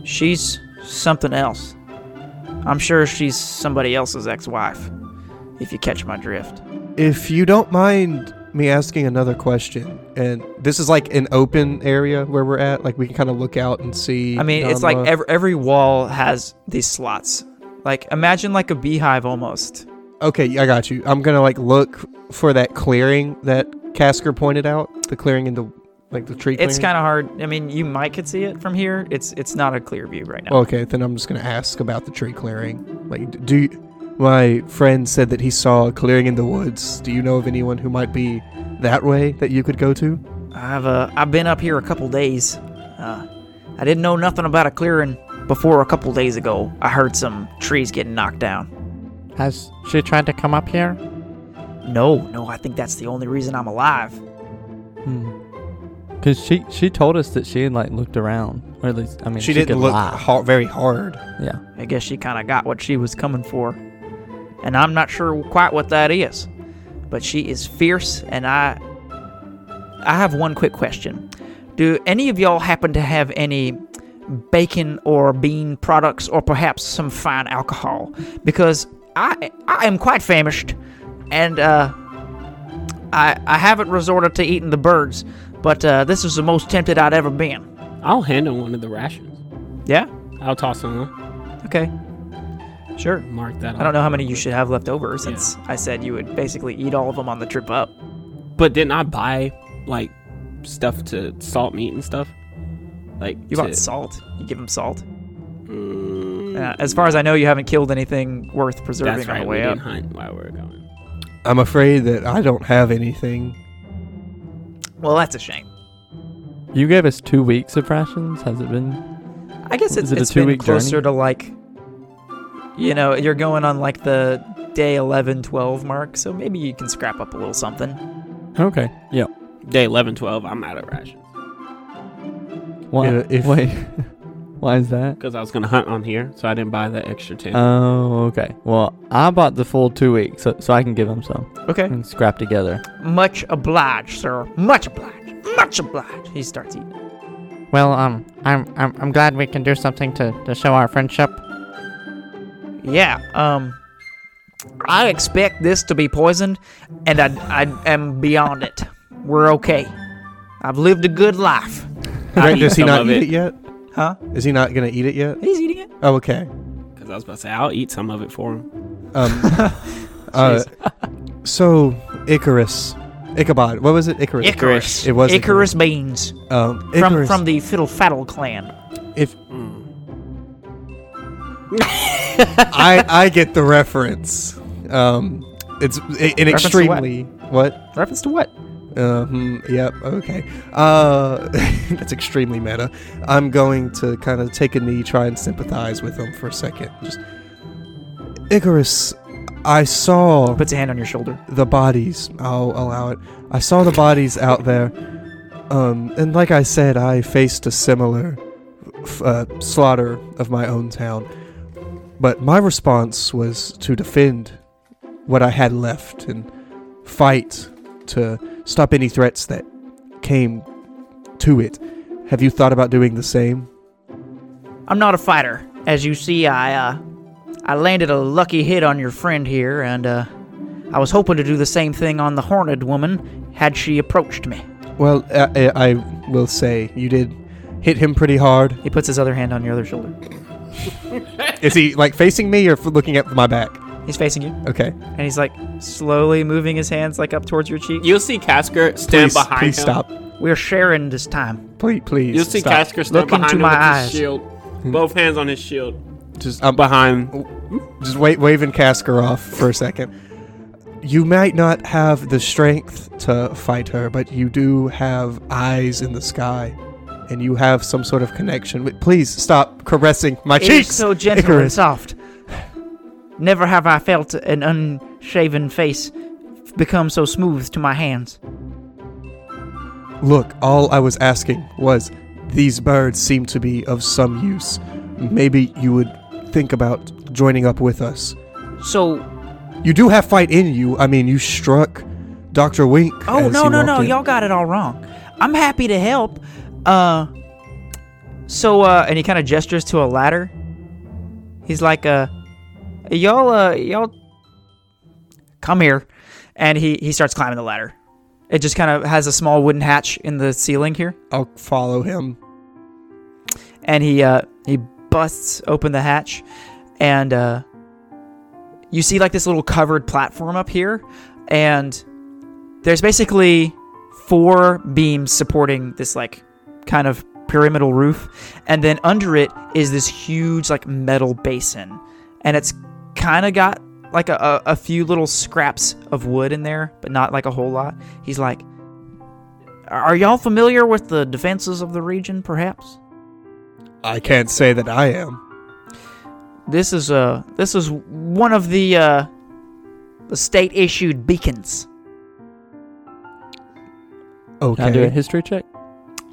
she's something else. I'm sure she's somebody else's ex-wife. If you catch my drift. If you don't mind me asking another question, and this is like an open area where we're at. Like we can kind of look out and see. I mean, it's Donla. like every, every wall has these slots. Like imagine like a beehive almost. okay, I got you. I'm gonna like look for that clearing that Casker pointed out. The clearing in the like the tree. It's kind of hard. I mean, you might could see it from here. It's it's not a clear view right now. Okay, then I'm just gonna ask about the tree clearing. Like, d- do you, my friend said that he saw a clearing in the woods. Do you know of anyone who might be that way that you could go to? I've uh, I've been up here a couple days. Uh, I didn't know nothing about a clearing before a couple days ago. I heard some trees getting knocked down. Has she tried to come up here? No, no, I think that's the only reason I'm alive. Cause she she told us that she had like looked around, or at least I mean she, could lie. ha- very hard. Yeah, I guess she kind of got what she was coming for, and I'm not sure quite what that is. But she is fierce, and I I have one quick question. Do any of y'all happen to have any bacon or bean products, or perhaps some fine alcohol? Because I I am quite famished, and uh, I I haven't resorted to eating the birds, but uh, this is the most tempted I'd ever been. I'll handle one of the rations. Yeah. I'll toss them. up. Okay. Sure. Mark that. I don't know how many you should have left over since I said you would basically eat all of them on the trip up. But didn't I buy like stuff to salt meat and stuff? Like You bought to- salt. You give them salt. Mm, Uh, as far as I know, you haven't killed anything worth preserving that's on right. the We way up. didn't hunt while we were going. I'm afraid that I don't have anything. Well, that's a shame. you gave us two weeks of rations. Has it been? I guess it's, Is it a it's been two-week closer journey? to like, you know, you're going on like the day 11, 12 mark, so maybe you can scrap up a little something. Okay. Yeah. Day 11, 12, I'm out of rations Why? Yeah, if- wait. Why is that? because I was going to hunt on here, so I didn't buy the extra 10. Uh, Oh, okay. Well, I bought the full two weeks, so, so I can give them some Okay. and scrap together. Much obliged, sir. Much obliged. Much obliged. He starts eating. Well, um, I'm I'm, I'm glad we can do something to, to show our friendship. Yeah, um I expect this to be poisoned and I I am beyond it. We're okay. I've lived a good life. Right, does he some not of eat it. it. yet? Huh? Is he not gonna eat it yet? He's eating it. Oh, okay. Because I was about to say, I'll eat some of it for him. Um, uh, so Icarus, Ichabod. What was it? Icarus. Icarus. It was Icarus beans Um, from Icarus. from the Fiddle Faddle clan. if Mm. I I get the reference. Um, it's i- an Reference to what? extremely what? Reference to what? Uh, hmm, yep. Okay. Uh, that's extremely meta. I'm going to kind of take a knee, try and sympathize with him for a second. Just Icarus. I saw Puts a hand on your shoulder. the bodies. I'll allow it. I saw the bodies out there. Um, and like I said, I faced a similar f- uh, slaughter of my own town. But my response was to defend what I had left and fight to stop any threats that came to it. Have you thought about doing the same? I'm not a fighter. As you see, I uh, I landed a lucky hit on your friend here, and uh, I was hoping to do the same thing on the horned woman had she approached me. Well, I, I I will say you did hit him pretty hard. He puts his other hand on your other shoulder. Is he like facing me or f- looking at my back? He's facing you, Okay. and he's like slowly moving his hands like up towards your cheek. You'll see Casker stand please, behind please him. stop. We're sharing this time. Please, please. You'll see stop. Hmm. Casker stand Look behind into him my with eyes. his shield. Both hands on his shield. Just, I'm Behind. just wait, waving Casker off for a second. You might not have the strength to fight her, but you do have eyes in the sky, and you have some sort of connection. with- Please stop caressing my It cheeks. is so gentle and Icarus. soft. Never have I felt an unshaven face become so smooth to my hands. Look, all I was asking was these birds seem to be of some use. Maybe you would think about joining up with us. So, You do have fight in you. I mean, you struck Dr. Wink. oh as no he no walked no, in. y'all got it all wrong. I'm happy to help. Uh, So, uh, and he kind of gestures to a ladder. He's like, uh, y'all, uh, y'all, come here. and he he starts climbing the ladder. It just kind of has a small wooden hatch in the ceiling here, I'll follow him. and he uh, he busts open the hatch, and uh, you see like this little covered platform up here, and there's basically four beams supporting this like kind of pyramidal roof, and then under it is this huge like metal basin, and it's kind of got like a, a, a few little scraps of wood in there, but not like a whole lot. He's like, Are y'all familiar with the defenses of the region, perhaps? I can't say that I am. This is uh this is one of the uh the state issued beacons. Can I do a Okay. history check?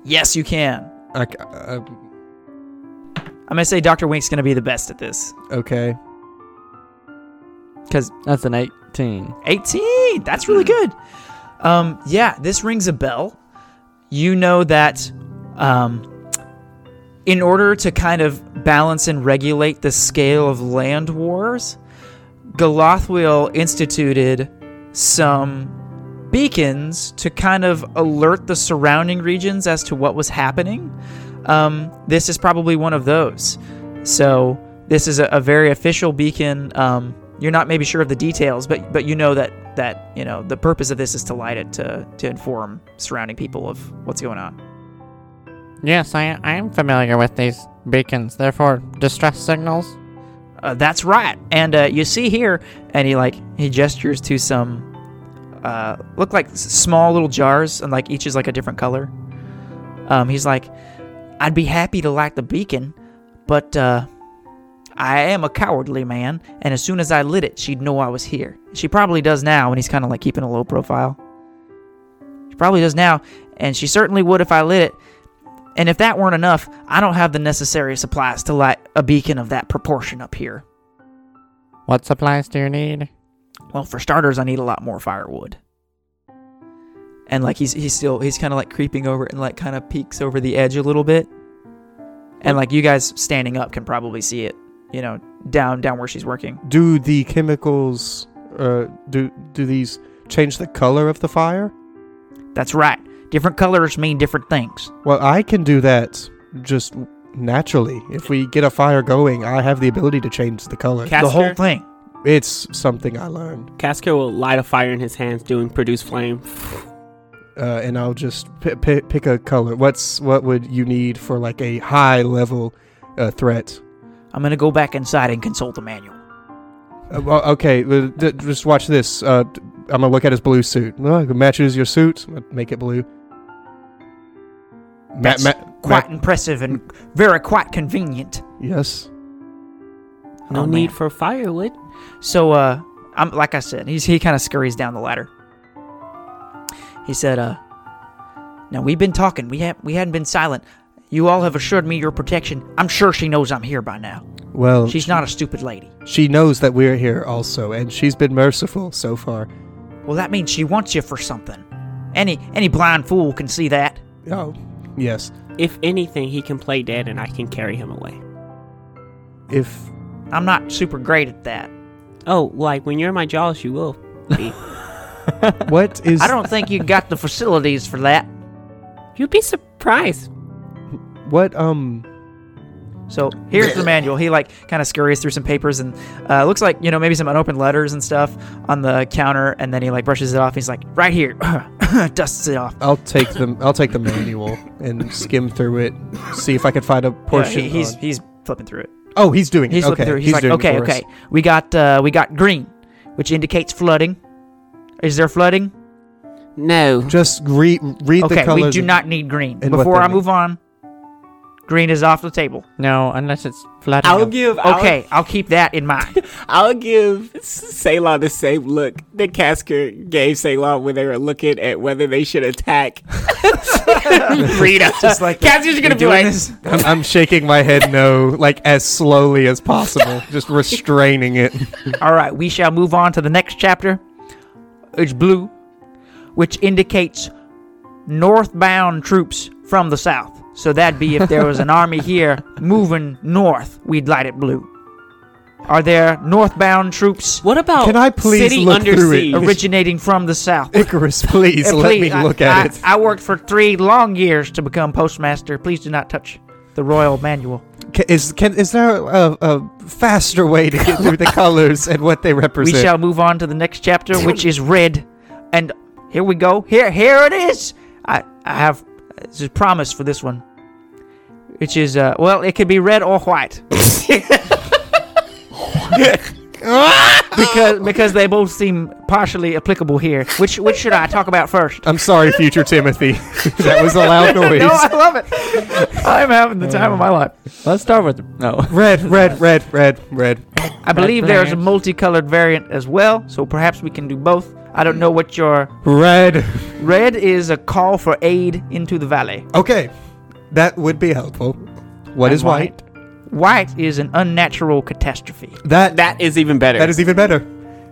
Yes, you can. I c- um, I'm gonna say Dr. Wink's gonna be the best at this. okay. Cause That's an 18. 18. That's really good. Um, yeah, this rings a bell. You know that um, in order to kind of balance and regulate the scale of land wars, Galothwil instituted some beacons to kind of alert the surrounding regions as to what was happening. Um, this is probably one of those. So this is a, a very official beacon. Um, you're not maybe sure of the details, but but you know that that you know the purpose of this is to light it to to inform surrounding people of what's going on. Yes, I, I am familiar with these beacons, therefore, distress signals. Uh, that's right. And uh, you see here, and he like he gestures to some uh, look like s- small little jars, and like each is like a different color. Um, he's like, I'd be happy to light the beacon, but uh, I am a cowardly man, and as soon as I lit it, she'd know I was here. She probably does now, and he's kind of like keeping a low profile. She probably does now, and she certainly would if I lit it. And if that weren't enough, I don't have the necessary supplies to light a beacon of that proportion up here. What supplies do you need? Well, for starters, I need a lot more firewood. And like he's he's still he's kind of like creeping over it and like kind of peeks over the edge a little bit. And like you guys standing up can probably see it, you know, down down where she's working. Do the chemicals uh do do these change the color of the fire? That's right. Different colors mean different things. Well, I can do that just naturally. If we get a fire going, I have the ability to change the color. Casker, The whole thing. It's something I learned. Casker will light a fire in his hands, doing produce flame. Uh, and I'll just p- p- pick a color. What's what would you need for like a high level uh, threat? I'm gonna go back inside and consult the manual. Uh, well, okay, well, d- just watch this. Uh, d- I'm gonna look at his blue suit. Well, it matches your suit. Make it blue. Ma- That's ma- Quite ma- impressive and very quite convenient. yes. No Oh, man. need for firewood. So, uh, I'm like I said, he's, he kind of scurries down the ladder. He said, uh, "Now we've been talking. We have we hadn't been silent. You all have assured me your protection. I'm sure she knows I'm here by now. Well, She's not a stupid lady. she knows that we're here also, and she's been merciful so far. Well, that means she wants you for something. Any any blind fool can see that. Oh, yes. If anything, he can play dead, and I can carry him away. If I'm not super great at that. Oh, like when you're in my jaws, you will. Be. what is I don't think you got the facilities for that. You'd be surprised. what um So here's the manual. He like kind of scurries through some papers and uh, looks like you know maybe some unopened letters and stuff on the counter, and then he like brushes it off. He's like, right here, dusts it off. I'll take the I'll take the manual and skim through it, see if I can find a portion. Yeah, he- he's on- he's flipping through it. oh, he's doing it. He's okay, flipping through. it. He's, like, doing it okay, for us. okay, we got uh, we got green, which indicates flooding. Is there flooding? No. Just re- read the okay, colors. we do and- not need green. and what Before they I mean. move on, green is off the table. No, unless it's flooding. I'll of- give. Okay, I'll keep that in mind. I'll, I'll give Ceylon the same look that Casker gave Ceylon when they were looking at whether they should attack. Rita. Just like Casker's gonna be like, I'm, I'm shaking my head no, like as slowly as possible, just restraining it. All right, we shall move on to the next chapter. It's blue, which indicates northbound troops from the south. So that'd be if there was an army here moving north, we'd light it blue. Are there northbound troops What about Can I please City look Under through it? Siege? originating from the south? Icarus, please And let Uh, please, me I- look at I- it. I worked for three long years to become postmaster. Please do not touch the royal manual. Ca- Is can is there a, a faster way to get through the colors and what they We represent? shall move on to the next chapter, which is red. And here we go. Here, here it is. I, I have this is promise for this one, which is uh, well, it could be red or white. because because they both seem partially applicable here. Which which should I talk about first? I'm sorry, future Timothy. that was a loud noise. No, I love it. I'm having the time of my life. Let's start with no. Red, red, red, red, red. I believe there is a perhaps. multicolored variant as well, so perhaps we can do both. I don't know what your Red. red is a call for aid into the valley. Okay. That would be helpful. What is white? White is an unnatural catastrophe. That That is even better. that is even better.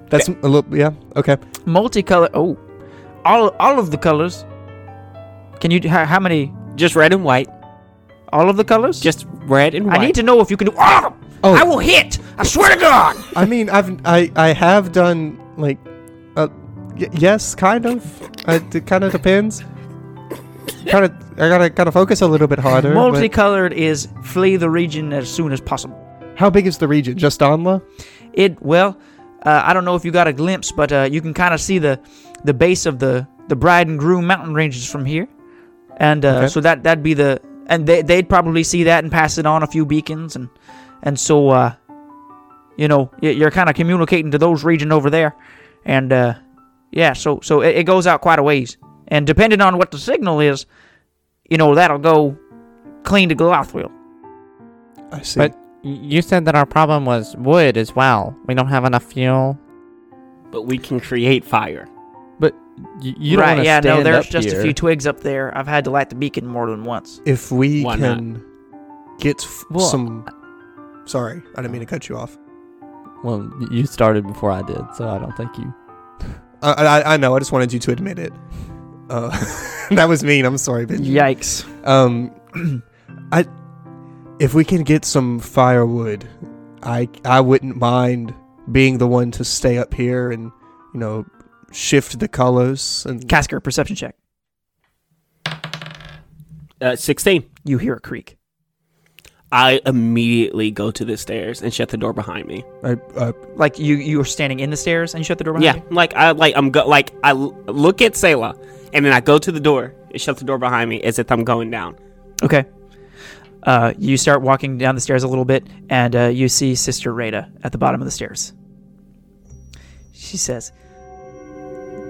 That's a little yeah, okay. Multicolor. Oh, all all of the colors. Can you? How, how many? just red and white. All of the colors? Just red and white. I need to know if you can do all of them. Oh. I will hit. I swear to God. I mean, I've I I have done like uh y- yes, kind of. I, it kind of depends. Kind of I got to kind of focus a little bit harder. but- Multicolored is flee the region as soon as possible. How big is the region? Just Donla? It well, uh, I don't know if you got a glimpse, but uh, you can kind of see the the base of the the bride and groom mountain ranges from here, and uh, Okay. so that that'd be the and they they'd probably see that and pass it on a few beacons and and so uh, you know y- you're kind of communicating to those region over there, and uh, yeah, so so it, it goes out quite a ways, and depending on what the signal is, you know that'll go clean to Galathriel. I see. But you said that our problem was wood as well. We don't have enough fuel. e- But we can create fire. But you, you don't right? wanna yeah, stand no, there's up just here. a few twigs up there. I've had to light the beacon more than once. if we Why not? can get f- Well, some Sorry, I didn't mean to cut you off. Well, you started before I did, so I don't think you. I I, I know. I just wanted you to admit it. Uh, that was mean. I'm sorry, Benji. Yikes. Um, I if we can get some firewood, I I wouldn't mind being the one to stay up here and you know shift the colors and Casker, perception check. Uh, 16. You hear a creak. I immediately go to the stairs and shut the door behind me. I, I, Like you, you were standing in the stairs and you shut the door behind yeah, you? like I like I'm go- like I l- look at Selah and then I go to the door and shut the door behind me as if I'm going down. Okay. Uh, you start walking down the stairs a little bit, and uh, you see Sister Rada at the bottom of the stairs. She says,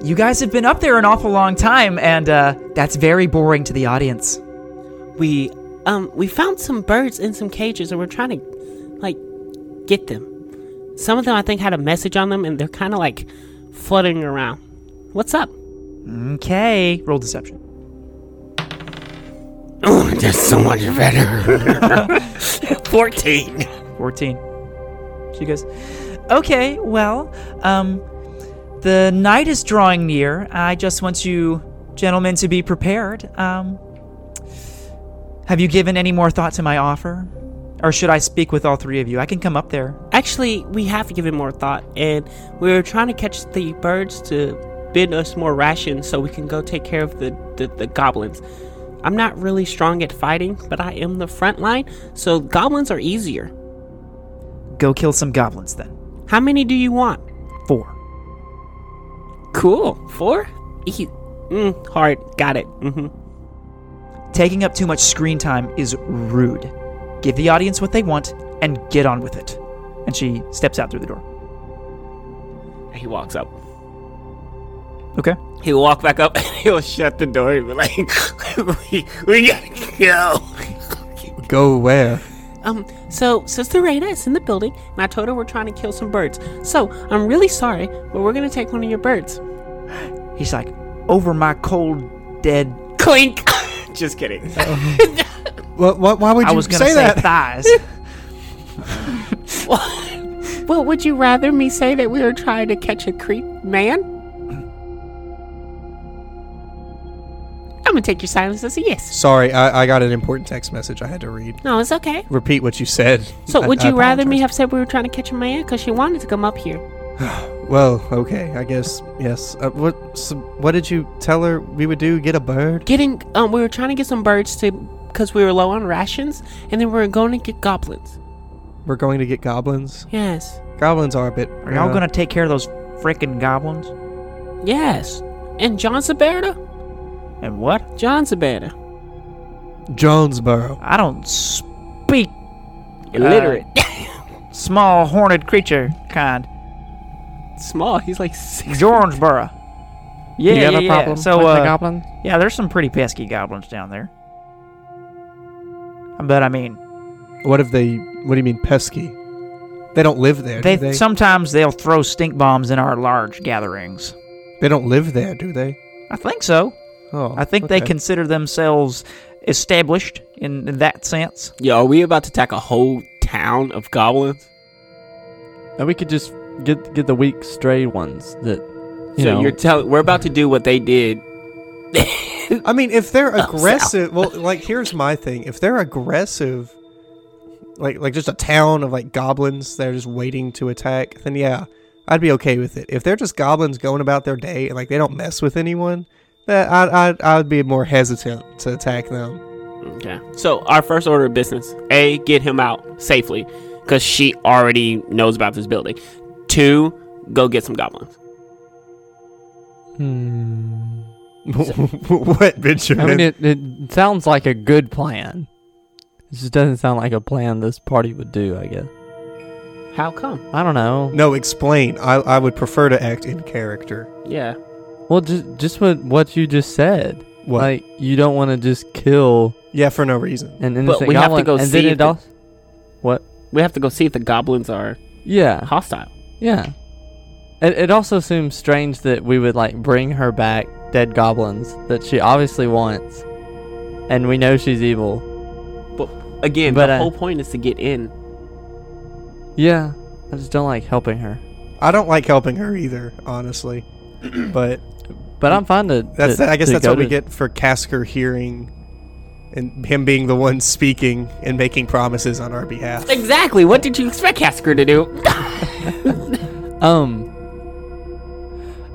"You guys have been up there an awful long time, and uh, that's very boring to the audience." We um we found some birds in some cages and we're trying to like get them. Some of them I think had a message on them and they're kind of like fluttering around. What's up? Okay, roll deception. Oh, that's so much better. 14. Fourteen. She goes, "Okay, well, um, the night is drawing near. I just want you gentlemen to be prepared. Um, have you given any more thought to my offer? Or should I speak with all three of you? I can come up there. Actually, we have given more thought and we were trying to catch the birds to bid us more rations so we can go take care of the, the, the goblins. I'm not really strong at fighting, but I am the front line, so goblins are easier. Go kill some goblins then. How many do you want? Four. Cool. Four? E- mm, hard. Got it. Mm-hmm. hmm Taking up too much screen time is rude. Give the audience what they want and get on with it. And she steps out through the door. He walks up. Okay. He'll walk back up and he'll shut the door and be like, we, we gotta go. go where Um, so Sister Raina is in the building, and I told her we're trying to kill some birds. So I'm really sorry, but we're gonna take one of your birds. He's like, over my cold, dead. Clink. Just kidding. Uh, well, why, why would you I was gonna say, say, that thighs. Well, would you rather me say that we were trying to catch a creep man? I gonna take your silence as a yes. Sorry, I, I got an important text message I had to read. No, it's okay. Repeat what you said. So, I- would I you rather me apologize. have said we were trying to catch a man because she wanted to come up here? Well, okay, I guess yes. Uh, what so what did you tell her we would do? Get a bird? Getting, um, we were trying to get some birds to because we were low on rations, and then we were going to get goblins. We're going to get goblins. Yes, Goblins are a bit. uh, Are y'all gonna take care of those frickin' goblins? yes. And John Zaberta, And what? John Zaberta, Jonesboro? I don't speak Illiterate. small horned creature kind. Small. He's like six. Jornsboro. Yeah, you have yeah, a yeah. problem So, with the uh, goblin? yeah, there's some pretty pesky goblins down there. But I mean, What if they? What do you mean pesky? They don't live there. they, do they? sometimes they'll throw stink bombs in our large gatherings. they don't live there, do they? I think so. Oh, I think they okay. consider themselves established in, in that sense. Yo, are we about to attack a whole town of goblins? And we could just get get the weak stray ones that you so know. you're telling we're about to do what they did. I mean, if Oh, they're aggressive, well, like here's my thing: if they're aggressive, like like just a town of like goblins, they're just waiting to attack. Then yeah, I'd be okay with it. If they're just goblins going about their day and like they don't mess with anyone, that I I I'd be more hesitant to attack them. Okay. So our first order of business: a, get him out safely, because she already knows about this building. Two, go get some goblins. Hmm. what, Benjamin? I mean, it, it sounds like a good plan. It just doesn't sound like a plan this party would do. I guess. How come? I don't know. no, explain. I I would prefer to act in character. Yeah. Well, just just what what you just said. What? Like you don't want to just kill yeah, for no reason. an innocent we have to goblin, go and see then if it the- al- What? We have to go see if the goblins are Yeah. hostile. Yeah. It, it also seems strange that we would like bring her back dead goblins that she obviously wants, and we know she's evil. Again, But, the uh, whole point is to get in. Yeah, I just don't like helping her. I don't like helping her either, honestly. But But I'm fine to. That's to- I guess to that's go what we to- get for Casker hearing and him being the one speaking and making promises on our behalf. exactly. What did you expect Casker to do? Um.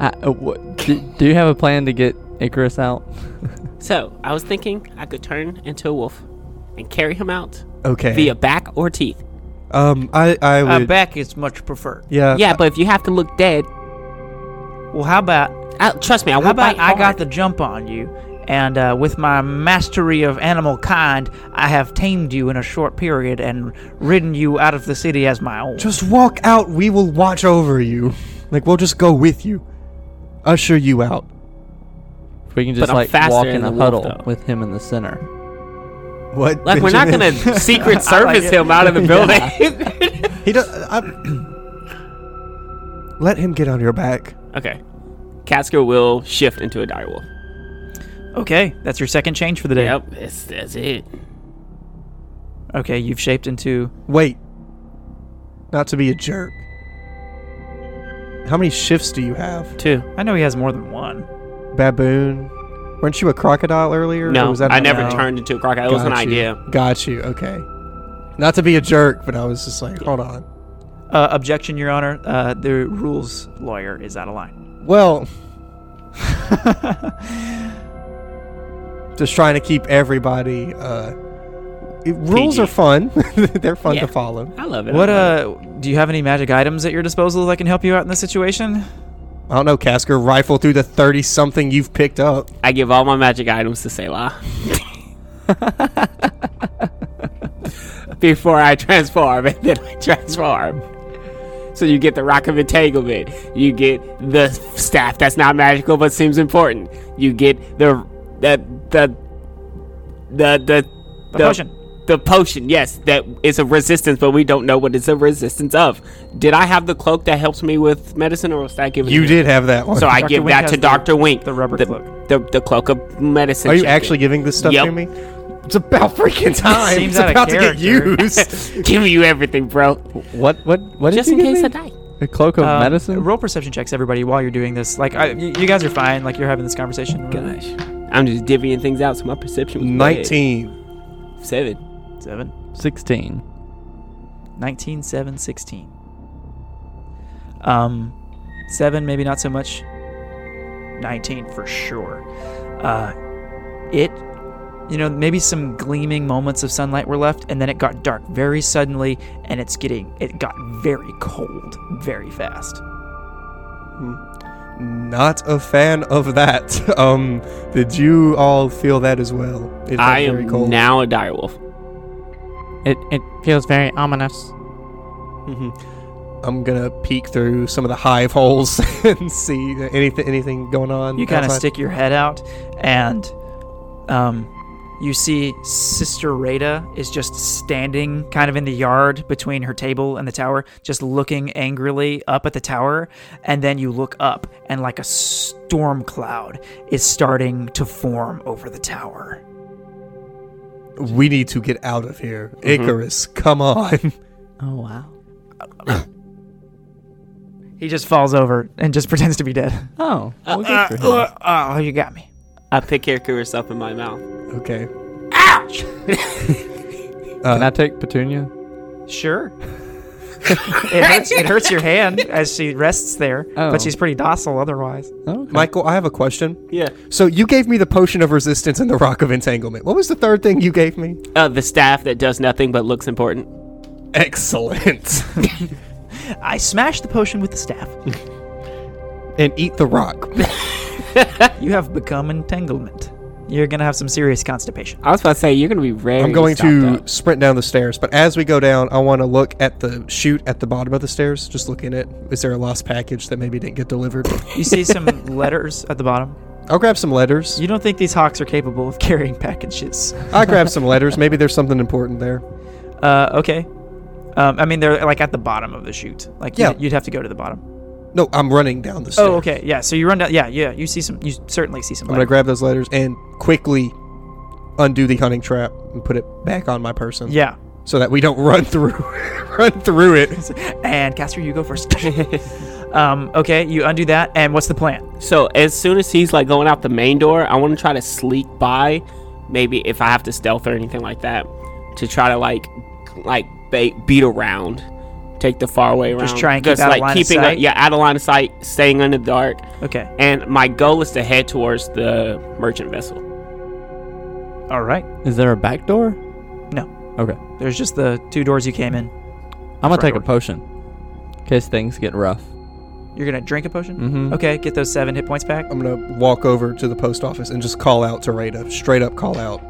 I, uh, what, do, do you have a plan to get Icarus out? So, I was thinking I could turn into a wolf and carry him out Okay. via back or teeth. um, I I Uh, would. back is much preferred. yeah. Yeah, but if you have to look dead, Well, how about I, trust me, I how won't about bite I got hard. the jump on you, and uh, with my mastery of animal kind, I have tamed you in a short period and ridden you out of the city as my own. Uh, Just walk out. We will watch over you. Like we'll just go with you, usher you out. If we can just I'm like faster walk than in the a wolf, huddle though. with him in the center. What? Like we're not gonna Benjamin? secret service it. him out of the building. He does. I, let him get on your back. okay. Casker will shift into a direwolf. Okay, that's your second change for the day. Yep, that's, that's it. Okay, you've shaped into. Wait. Not to be a jerk. How many shifts do you have? Two. I know he has more than one. baboon. Weren't you a crocodile earlier? No, Or was that I never No. turned into a crocodile. It was an Got you. idea. Got you. Okay. Not to be a jerk, but I was just like, hold on. Uh, objection, Your Honor. Uh, the rules lawyer is out of line. Well, just trying to keep everybody. Uh, it- rules PG. are fun. They're fun Yeah. to follow. I love it. What I love uh do you have any magic items at your disposal that can help you out in this situation? I don't know, Casker. Rifle through the thirty something you've picked up. it. I give all my magic items to Selah. Before I transform, and then I transform. So you get the rock of entanglement. You get the staff that's not magical but seems important. You get the the the the the The The- potion. the potion, yes, that is a resistance, but we don't know what it's a resistance of. Did I have the cloak that helps me with medicine, or was that given? to You me? did have that one. So I Dr. give Wink that has to the- Doctor Wink. The rubber the, cloak. The, the cloak of medicine. Are you champion. actually giving this stuff Yep. to me? It's about freaking time. Seems it's out of about to get character. used. give you everything, bro? What? What? What? Just did in you case I give me? die. a cloak of Um, medicine. Roll perception checks, everybody, while you're doing this. Like, I, y- you guys are fine. Like, you're having this conversation. Gosh. I'm just divvying things out, so my perception was way- 19. seven. 7, 16. 19, 7, 16. Um, 7, maybe not so much. 19 for sure. Uh, it, you know, maybe some gleaming moments of sunlight were left, and then it got dark very suddenly, and it's getting, it got very cold very fast. Not a fan of that. Um, did you all feel that as well? It felt I very am cold. now a direwolf. It, it feels very ominous. Mm-hmm. I'm gonna peek through some of the hive holes and see anything anything going on. You kind of outside. stick your head out, and um, you see Sister Rada is just standing kind of in the yard between her table and the tower, just looking angrily up at the tower. And then you look up, and like a storm cloud is starting to form over the tower. We need to get out of here, Icarus. Come on. Oh, wow. He just falls over and just pretends to be dead. Oh. well, good for him. Oh, you got me. I pick Icarus up in my mouth. okay. Ouch! uh, Can I take Petunia? Sure. it, hurts, it hurts your hand as she rests there, Oh. but she's pretty docile otherwise. Oh, okay. Michael, I have a question. Yeah. So you gave me the potion of resistance and the rock of entanglement. What was the third thing you gave me? Uh, the staff that does nothing but looks important. Excellent. I smashed the potion with the staff. and eat the rock. You have become entanglement. You're gonna have some serious constipation. I was about to say you're gonna be very. I'm going stopped to up. sprint down the stairs, but as we go down, I want to look at the chute at the bottom of the stairs. Just look in it. Is there a lost package that maybe didn't get delivered? You see some letters at the bottom. I'll grab some letters. You don't think these hawks are capable of carrying packages? I grab some letters. Maybe there's something important there. Uh, okay. Um, I mean, they're like at the bottom of the chute. Like, Yeah. you'd, you'd have to go to the bottom. No, I'm running down the stairs. Oh, okay. Yeah. So you run down. Yeah, yeah. You see some. You certainly see some. I'm gonna letters. grab those letters and quickly undo the hunting trap and put it back on my person. yeah. So that we don't run through run through it. And Castor, you go first. um, okay. You undo that. And what's the plan? So as soon as he's like going out the main door, I want to try to sneak by, maybe if I have to stealth or anything like that, to try to like, like ba- beat around, take the faraway round. Just try and keep out of line of keeping sight? yeah out of line of sight, staying under the dark. Okay. And my goal is to head towards the merchant vessel. All right. Is there a back door? No. Okay. There's just the two doors you came in. I'm going Front to take a door. potion. In case things get rough. You're gonna drink a potion. Mm-hmm. Mhm. Okay. Get those seven hit points back. I'm gonna walk over to the post office and just call out to Rada. Straight up call out.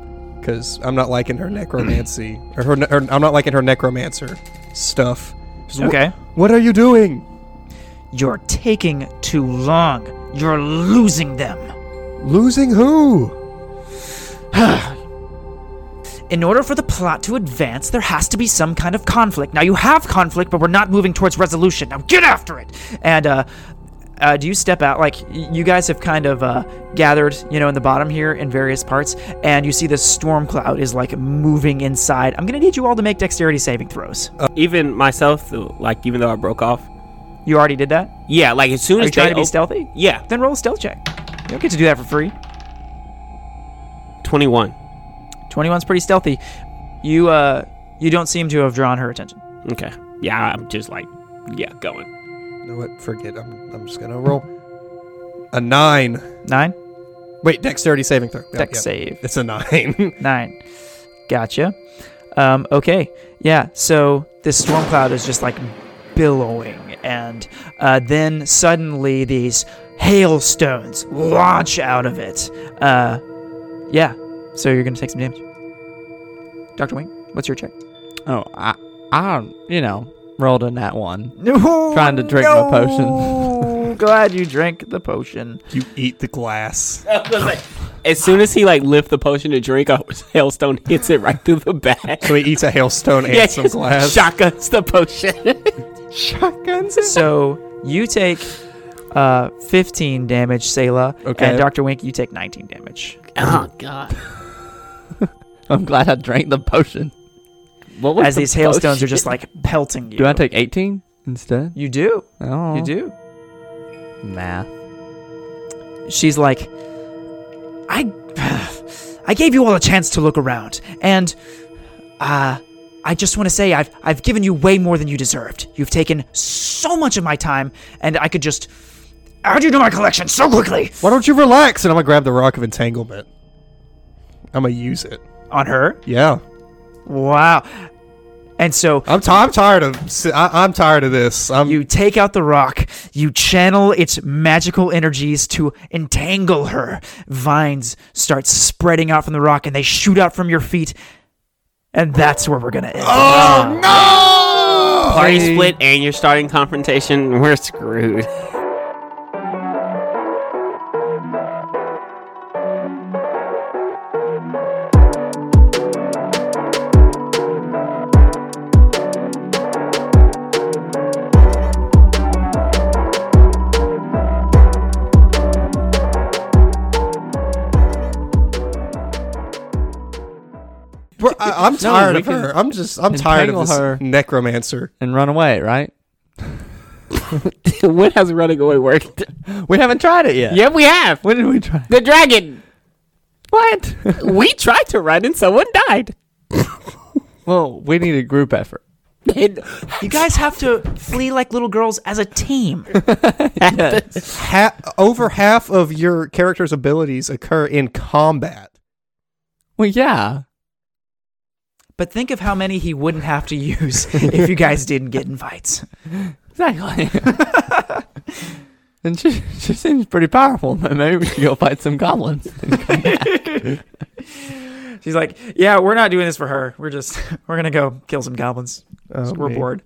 Cause I'm not liking her necromancy. or her, ne- her I'm not liking her necromancer stuff. Just, "Wh- Okay. What are you doing? You're taking too long. You're losing them. Losing who? In order for the plot to advance, there has to be some kind of conflict. Now, you have conflict, but we're not moving towards resolution. Now, get after it! And, uh, uh, do you step out? Like, y- you guys have kind of uh, gathered, you know, in the bottom here in various parts, and you see this storm cloud is like moving inside. I'm gonna need you all to make dexterity saving throws. Even myself, though, like even though I broke off. You already did that? Yeah, like as soon Are as you trying they to be op- stealthy? Yeah, Then roll a stealth check. You don't get to do that for free. twenty one. 21's pretty stealthy. You, uh, you don't seem to have drawn her attention. Okay. Yeah, I'm just like, yeah, going. You know what? Forget. I'm, I'm just gonna roll. A nine. Nine? Wait, dexterity saving throw. Yeah, Deck yeah. save. It's a nine. Nine. Gotcha. Um, okay. Yeah. So this storm cloud is just like billowing, and uh, then suddenly these hailstones launch out of it. Uh, yeah. So you're gonna take some damage. Doctor Wing, what's your check? Oh, I, I, you know, rolled a nat one. No. Trying to drink my potion. potion. Glad you drank the potion. you eat the glass. As soon as he like lift the potion to drink, a hailstone hits it right through the back. So he eats a hailstone and Yeah, some glass. shotguns the potion. So you take uh, 15 damage, Selah, Okay. and uh, Doctor Wink, you take 19 damage. Uh-huh. oh God! I'm glad I drank the potion. What was as the these hailstones potion? are just like pelting you. Do I take 18 instead? You do. Oh. You do. Math. She's like, I I gave you all a chance to look around, and uh, I just want to say I've I've given you way more than you deserved. You've taken so much of my time, and I could just add you to my collection so quickly. Why don't you relax? And I'm gonna grab the rock of entanglement. I'm gonna use it. On her? Yeah, Wow. And so I'm, ti I'm tired of si- I- am tired of this. I'm you take out the rock, you channel its magical energies to entangle her. Vines start spreading out from the rock, and they shoot out from your feet. And that's where we're gonna end. Party split and you're starting confrontation. We're screwed. Bro, I- I'm tired we of can her. I'm just I'm tired of entangle this her. necromancer. and run away, right? when has running away worked? We haven't tried it yet. Yeah, we have. When did we try? The dragon. What? We tried to run and someone died. well, we need a group effort. And You guys have to flee like little girls as a team. Ha- over half of your character's abilities occur in combat. Well, yeah. But think of how many he wouldn't have to use if you guys didn't get invites. Exactly. and she she seems pretty powerful. but Maybe we should go fight some goblins. She's like, "Yeah, we're not doing this for her. We're just we're gonna go kill some goblins. Oh, we're man. bored."